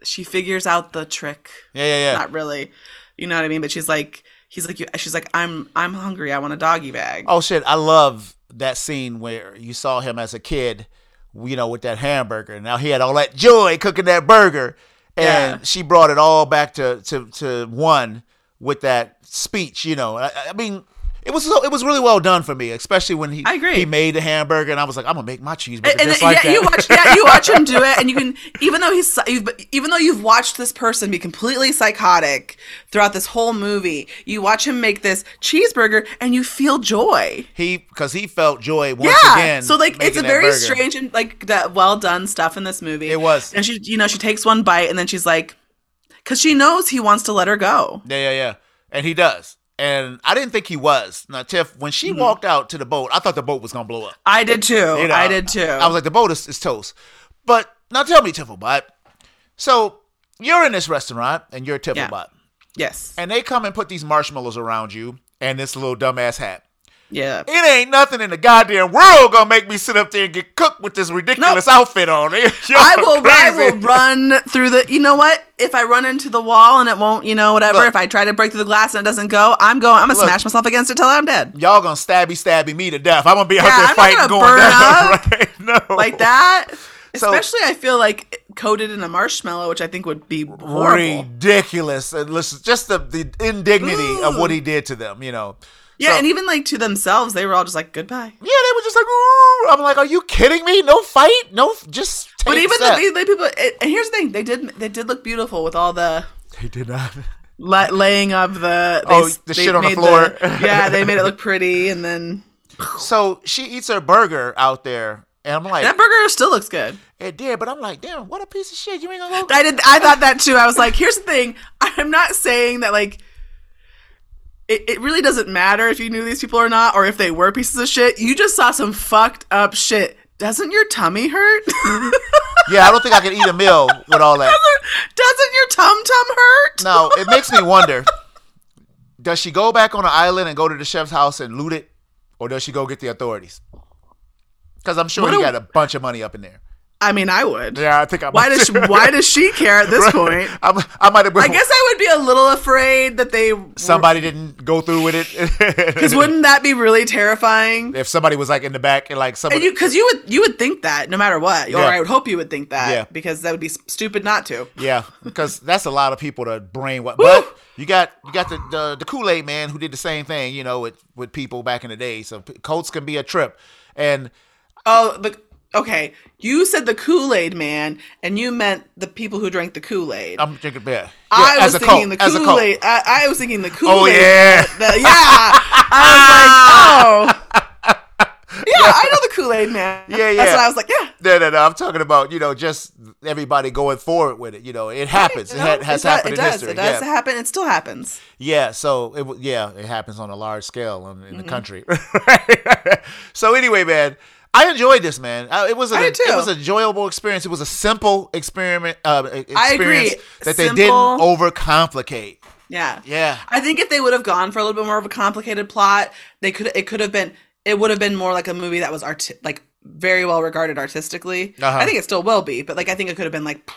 Speaker 2: she figures out the trick.
Speaker 1: Yeah, yeah, yeah.
Speaker 2: Not really. You know what I mean? But she's like he's like you she's like, "I'm I'm hungry. I want a doggy bag."
Speaker 1: Oh shit! I love that scene where you saw him as a kid, you know, with that hamburger. Now he had all that joy cooking that burger, and
Speaker 2: Yeah.
Speaker 1: she brought it all back to to to one with that speech. You know, I, I mean. It was so, it was really well done for me, especially when he
Speaker 2: I agree.
Speaker 1: he made the hamburger, and I was like, I'm gonna make my cheeseburger
Speaker 2: and, and
Speaker 1: just like
Speaker 2: yeah,
Speaker 1: that.
Speaker 2: you watch yeah, you watch him do it, and you can even though he's you've, even though you've watched this person be completely psychotic throughout this whole movie, you watch him make this cheeseburger, and you feel joy.
Speaker 1: *laughs* he because he felt joy once
Speaker 2: yeah,
Speaker 1: again.
Speaker 2: so like it's
Speaker 1: making
Speaker 2: a
Speaker 1: that
Speaker 2: very
Speaker 1: burger.
Speaker 2: strange and like that well done stuff in this movie.
Speaker 1: It was.
Speaker 2: and she you know she takes one bite, and then she's like, because she knows he wants to let her go.
Speaker 1: Yeah, yeah, yeah. And he does. And I didn't think he was. Now, Tiff, when
Speaker 2: Mm-hmm.
Speaker 1: she walked out to the boat, I thought the boat was gonna blow up.
Speaker 2: I did too.
Speaker 1: You know,
Speaker 2: I did too.
Speaker 1: I was like, the boat is, is toast. But now tell me, Tifflebot. So you're in this restaurant and you're a Tifflebot,
Speaker 2: Yeah. yes,
Speaker 1: and they come and put these marshmallows around you and this little dumbass hat.
Speaker 2: yeah.
Speaker 1: It ain't nothing in the goddamn world gonna make me sit up there and get cooked with this ridiculous outfit on. *laughs*
Speaker 2: I will I will run through the you know what? If I run into the wall and it won't, you know, whatever,
Speaker 1: Look.
Speaker 2: if I try to break through the glass and it doesn't go, I'm going I'm gonna
Speaker 1: Look.
Speaker 2: smash myself against it till I'm
Speaker 1: *laughs*
Speaker 2: dead.
Speaker 1: Y'all gonna stabby stabby me to death. I'm gonna be out
Speaker 2: Yeah,
Speaker 1: there
Speaker 2: I'm not
Speaker 1: fighting
Speaker 2: gonna
Speaker 1: going
Speaker 2: burn
Speaker 1: down. *laughs* Right? No.
Speaker 2: Like that.
Speaker 1: So-
Speaker 2: Especially I feel like coated in a marshmallow, which I think would be horrible.
Speaker 1: ridiculous and listen just the, the indignity of
Speaker 2: Ooh.
Speaker 1: what he did to them you know
Speaker 2: Yeah,
Speaker 1: So-
Speaker 2: and even like to themselves, they were all just like goodbye.
Speaker 1: Yeah, they were just like, "Ooh." I'm like, are you kidding me? No fight, no, just. Take
Speaker 2: But even
Speaker 1: steps.
Speaker 2: the, the people, it, and here's the thing: they did they did look beautiful with all the
Speaker 1: they did not.
Speaker 2: la- laying of the
Speaker 1: Oh,
Speaker 2: s-
Speaker 1: the
Speaker 2: they
Speaker 1: shit on the
Speaker 2: made
Speaker 1: floor.
Speaker 2: yeah, they made it
Speaker 1: *laughs*
Speaker 2: look pretty, and then
Speaker 1: *laughs* So she eats her burger out there, and I'm like,
Speaker 2: that burger still looks good.
Speaker 1: it did, but I'm like, damn, what a piece of shit. You ain't gonna go.
Speaker 2: I did. I thought that too. I was like, here's the thing: I'm not saying that like. It, it really doesn't matter if you knew these people or not, or if they were pieces of shit. You just saw some fucked up shit. Doesn't your tummy hurt?
Speaker 1: *laughs*
Speaker 2: *laughs*
Speaker 1: Yeah, I don't think I can eat a meal with all that.
Speaker 2: Doesn't your tum tum hurt?
Speaker 1: No, it makes me wonder. Does she go back on the island and go to the chef's house and loot it, or does she go get the authorities? Because I'm sure
Speaker 2: What
Speaker 1: he
Speaker 2: a-
Speaker 1: got a bunch of money up in there.
Speaker 2: I mean, I would.
Speaker 1: Yeah, I think I.
Speaker 2: Why does she,
Speaker 1: *laughs*
Speaker 2: why does she care at this point?
Speaker 1: I'm, I might have.
Speaker 2: I guess I would be a little afraid that they
Speaker 1: somebody didn't go through
Speaker 2: *laughs*
Speaker 1: with it.
Speaker 2: because wouldn't that be really terrifying?
Speaker 1: if somebody was like in the back and like
Speaker 2: And
Speaker 1: somebody.
Speaker 2: you because you would you would think that no matter what, or
Speaker 1: Yeah.
Speaker 2: I would hope you would think that
Speaker 1: Yeah.
Speaker 2: because that would be s- stupid not to.
Speaker 1: Yeah, because that's a lot of people to brain what. But you got you got the the, the Kool Aid man who did the same thing, you know, with with people back in the day. So p- Colts can be a trip, and
Speaker 2: Oh, the okay. You said the Kool Aid man, and you meant the people who drank the Kool Aid.
Speaker 1: I'm drinking beer.
Speaker 2: I
Speaker 1: Um, Yeah,
Speaker 2: was thinking the
Speaker 1: as a
Speaker 2: Kool Aid. I, I was thinking the Kool Aid.
Speaker 1: Oh yeah,
Speaker 2: The- yeah.
Speaker 1: *laughs*
Speaker 2: I was like, oh. Yeah, I know the Kool Aid man.
Speaker 1: Yeah,
Speaker 2: That's
Speaker 1: yeah.
Speaker 2: what I was like, yeah.
Speaker 1: no, no, no. I'm talking about you know just everybody going forward with it. You know, it happens. It ha-
Speaker 2: No,
Speaker 1: has
Speaker 2: does-
Speaker 1: happened
Speaker 2: it
Speaker 1: in
Speaker 2: does,
Speaker 1: history.
Speaker 2: It does
Speaker 1: yeah.
Speaker 2: happen. It still happens.
Speaker 1: Yeah, so it w- yeah, it happens on a large scale in,
Speaker 2: Mm-hmm.
Speaker 1: in the country. *laughs* so anyway, man, I enjoyed this, man. I, it was a,
Speaker 2: I did
Speaker 1: it
Speaker 2: too.
Speaker 1: was an enjoyable experience. It was a simple experiment uh, e- experience
Speaker 2: I agree.
Speaker 1: that they didn't
Speaker 2: Simple.
Speaker 1: overcomplicate.
Speaker 2: Yeah.
Speaker 1: Yeah.
Speaker 2: I think if they would have gone for a little bit more of a complicated plot, they could it could have been it would have been more like a movie that was art like very well regarded artistically.
Speaker 1: Uh-huh.
Speaker 2: I think it still will be, but like I think it could have been like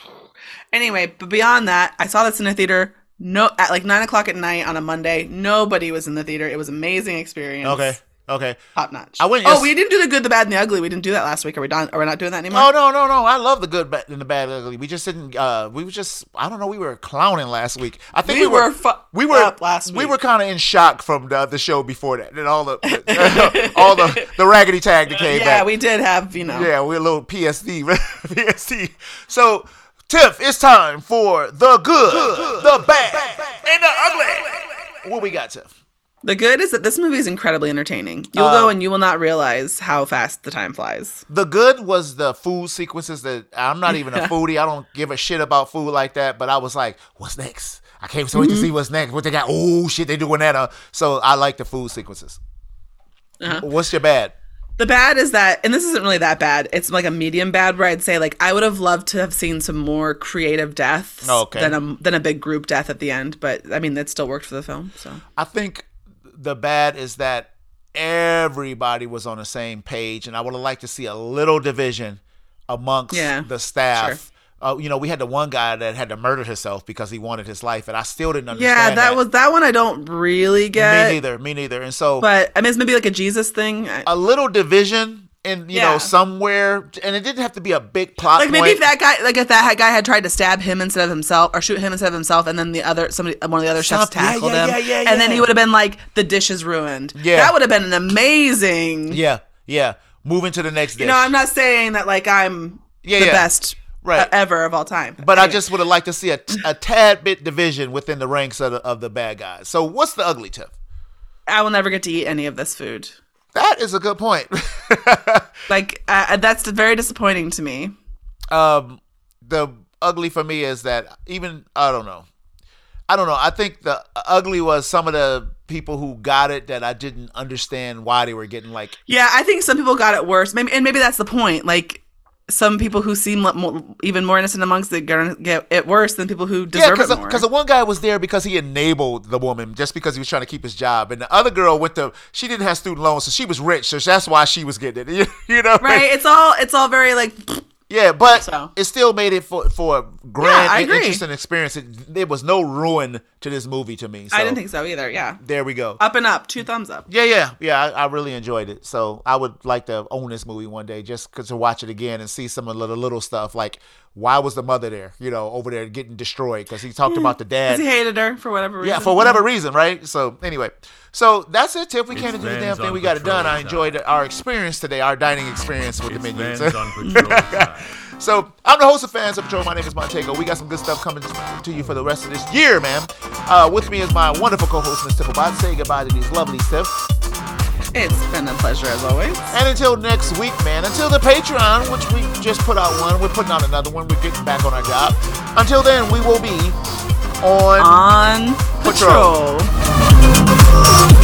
Speaker 2: anyway. But beyond that, I saw this in a theater. No, at like nine o'clock at night on a Monday, nobody was in the theater. It was an amazing experience.
Speaker 1: Okay. Okay.
Speaker 2: top notch.
Speaker 1: I went yes-
Speaker 2: Oh, we didn't do the good, the bad, and the ugly. We didn't do that last week. Are we done? Are we not doing that anymore?
Speaker 1: Oh no no no! I love the good ba- and the bad and ugly. We just didn't. Uh, we were just. I don't know. We were clowning last week. I think we,
Speaker 2: We
Speaker 1: were.
Speaker 2: were fu-
Speaker 1: we were
Speaker 2: up last
Speaker 1: We
Speaker 2: week.
Speaker 1: were kind of in shock from the, the show before that and all the *laughs* all the the raggedy tag
Speaker 2: *laughs*
Speaker 1: that came
Speaker 2: yeah,
Speaker 1: back.
Speaker 2: we did have you know.
Speaker 1: Yeah, we're a little *laughs* PSD. PSD. So, Tiff, it's time for the good, the bad, and the ugly. What we got, Tiff?
Speaker 2: The good is that this movie is incredibly entertaining. You'll
Speaker 1: Uh,
Speaker 2: go and you will not realize how fast the time flies.
Speaker 1: The good was the food sequences that I'm not even a *laughs* foodie. I don't give a shit about food like that, but I was like, what's next? I can't wait to see what's next. What they got? Oh, shit, they doing that. Uh, so, I like the food sequences. What's your bad?
Speaker 2: The bad is that, and this isn't really that bad. It's like a medium bad where I'd say like I would have loved to have seen some more creative deaths
Speaker 1: Oh, Okay.
Speaker 2: than a than a big group death at the end. But I mean, that still worked for the film. So
Speaker 1: I think the bad is that everybody was on the same page, and I would have liked to see a little division amongst
Speaker 2: Yeah,
Speaker 1: the staff. Uh, you know, we had the one guy that had to murder herself because he wanted his life, and I still didn't understand.
Speaker 2: yeah, that, was that one. I don't really get,
Speaker 1: me neither. Me neither. And so
Speaker 2: but I mean, it's maybe like a Jesus thing. I-
Speaker 1: a little division, and you know,
Speaker 2: Yeah.
Speaker 1: somewhere, and it didn't have to be a big plot.
Speaker 2: like maybe
Speaker 1: point.
Speaker 2: if that guy, like if that guy had tried to stab him instead of himself, or shoot him instead of himself, and then the other somebody, one of the other chefs
Speaker 1: Something- yeah,
Speaker 2: tackled
Speaker 1: yeah,
Speaker 2: him,
Speaker 1: yeah, yeah,
Speaker 2: and then
Speaker 1: yeah.
Speaker 2: he would have been like, the dish is ruined.
Speaker 1: Yeah.
Speaker 2: that would have been an amazing.
Speaker 1: Yeah, yeah. Moving to the next dish.
Speaker 2: You know, I'm not saying that like I'm
Speaker 1: Yeah,
Speaker 2: the
Speaker 1: yeah.
Speaker 2: best uh,
Speaker 1: Right.
Speaker 2: ever of all time,
Speaker 1: but I
Speaker 2: Anyway.
Speaker 1: just would have liked to see a, a tad bit division within the ranks of the, of the bad guys. So what's the ugly tip?
Speaker 2: I will never get to eat any of this food.
Speaker 1: That is a good point. *laughs*
Speaker 2: Like uh, that's very disappointing to me.
Speaker 1: um, the ugly for me is that even I don't know. I don't know. I think the ugly was some of the people who got it that I didn't understand why they were getting like
Speaker 2: Yeah, I think some people got it worse. Maybe and maybe that's the point. Like some people who seem like mo- even more innocent amongst it gonna get it worse than people who
Speaker 1: yeah,
Speaker 2: deserve
Speaker 1: because
Speaker 2: it more.
Speaker 1: because the one guy was there because he enabled the woman just because he was trying to keep his job, and the other girl went to she didn't have student loans, so she was rich, so that's why she was getting it. *laughs* You know,
Speaker 2: right? It's all it's all very like *sniffs*
Speaker 1: Yeah, but
Speaker 2: So.
Speaker 1: it still made it for for a grand
Speaker 2: Yeah, I
Speaker 1: and
Speaker 2: agree.
Speaker 1: interesting experience. It, there was no ruin to this movie to me. So
Speaker 2: I didn't think so either. Yeah,
Speaker 1: there we go.
Speaker 2: up and up, two thumbs up.
Speaker 1: Yeah, yeah, yeah. I, I really enjoyed it. So I would like to own this movie one day, just 'cause to watch it again and see some of the little stuff, like why was the mother there? You know, over there getting destroyed because he talked about the dad.
Speaker 2: 'Cause he hated her for whatever reason.
Speaker 1: Yeah, for whatever reason, right? So anyway, so that's it, Tiff. We can't do the damn
Speaker 4: Vans
Speaker 1: thing
Speaker 4: on
Speaker 1: we got it
Speaker 4: patrol
Speaker 1: done. I
Speaker 4: now.
Speaker 1: enjoyed our experience today, our dining experience with the
Speaker 4: It's
Speaker 1: minions.
Speaker 4: Vans on patrol time.
Speaker 1: *laughs* So I'm the host of Fans of Patrol. My name is Montego. We got some good stuff coming to you for the rest of this year, man. Uh, with me is my wonderful co-host, Miss Tiff Abad. Say goodbye to these lovely Tiff.
Speaker 2: It's been a pleasure as always.
Speaker 1: And until next week, man, until the Patreon, which we just put out one, we're putting out another one. We're getting back on our job. Until then, we will be on
Speaker 2: On
Speaker 1: Patrol.
Speaker 2: patrol.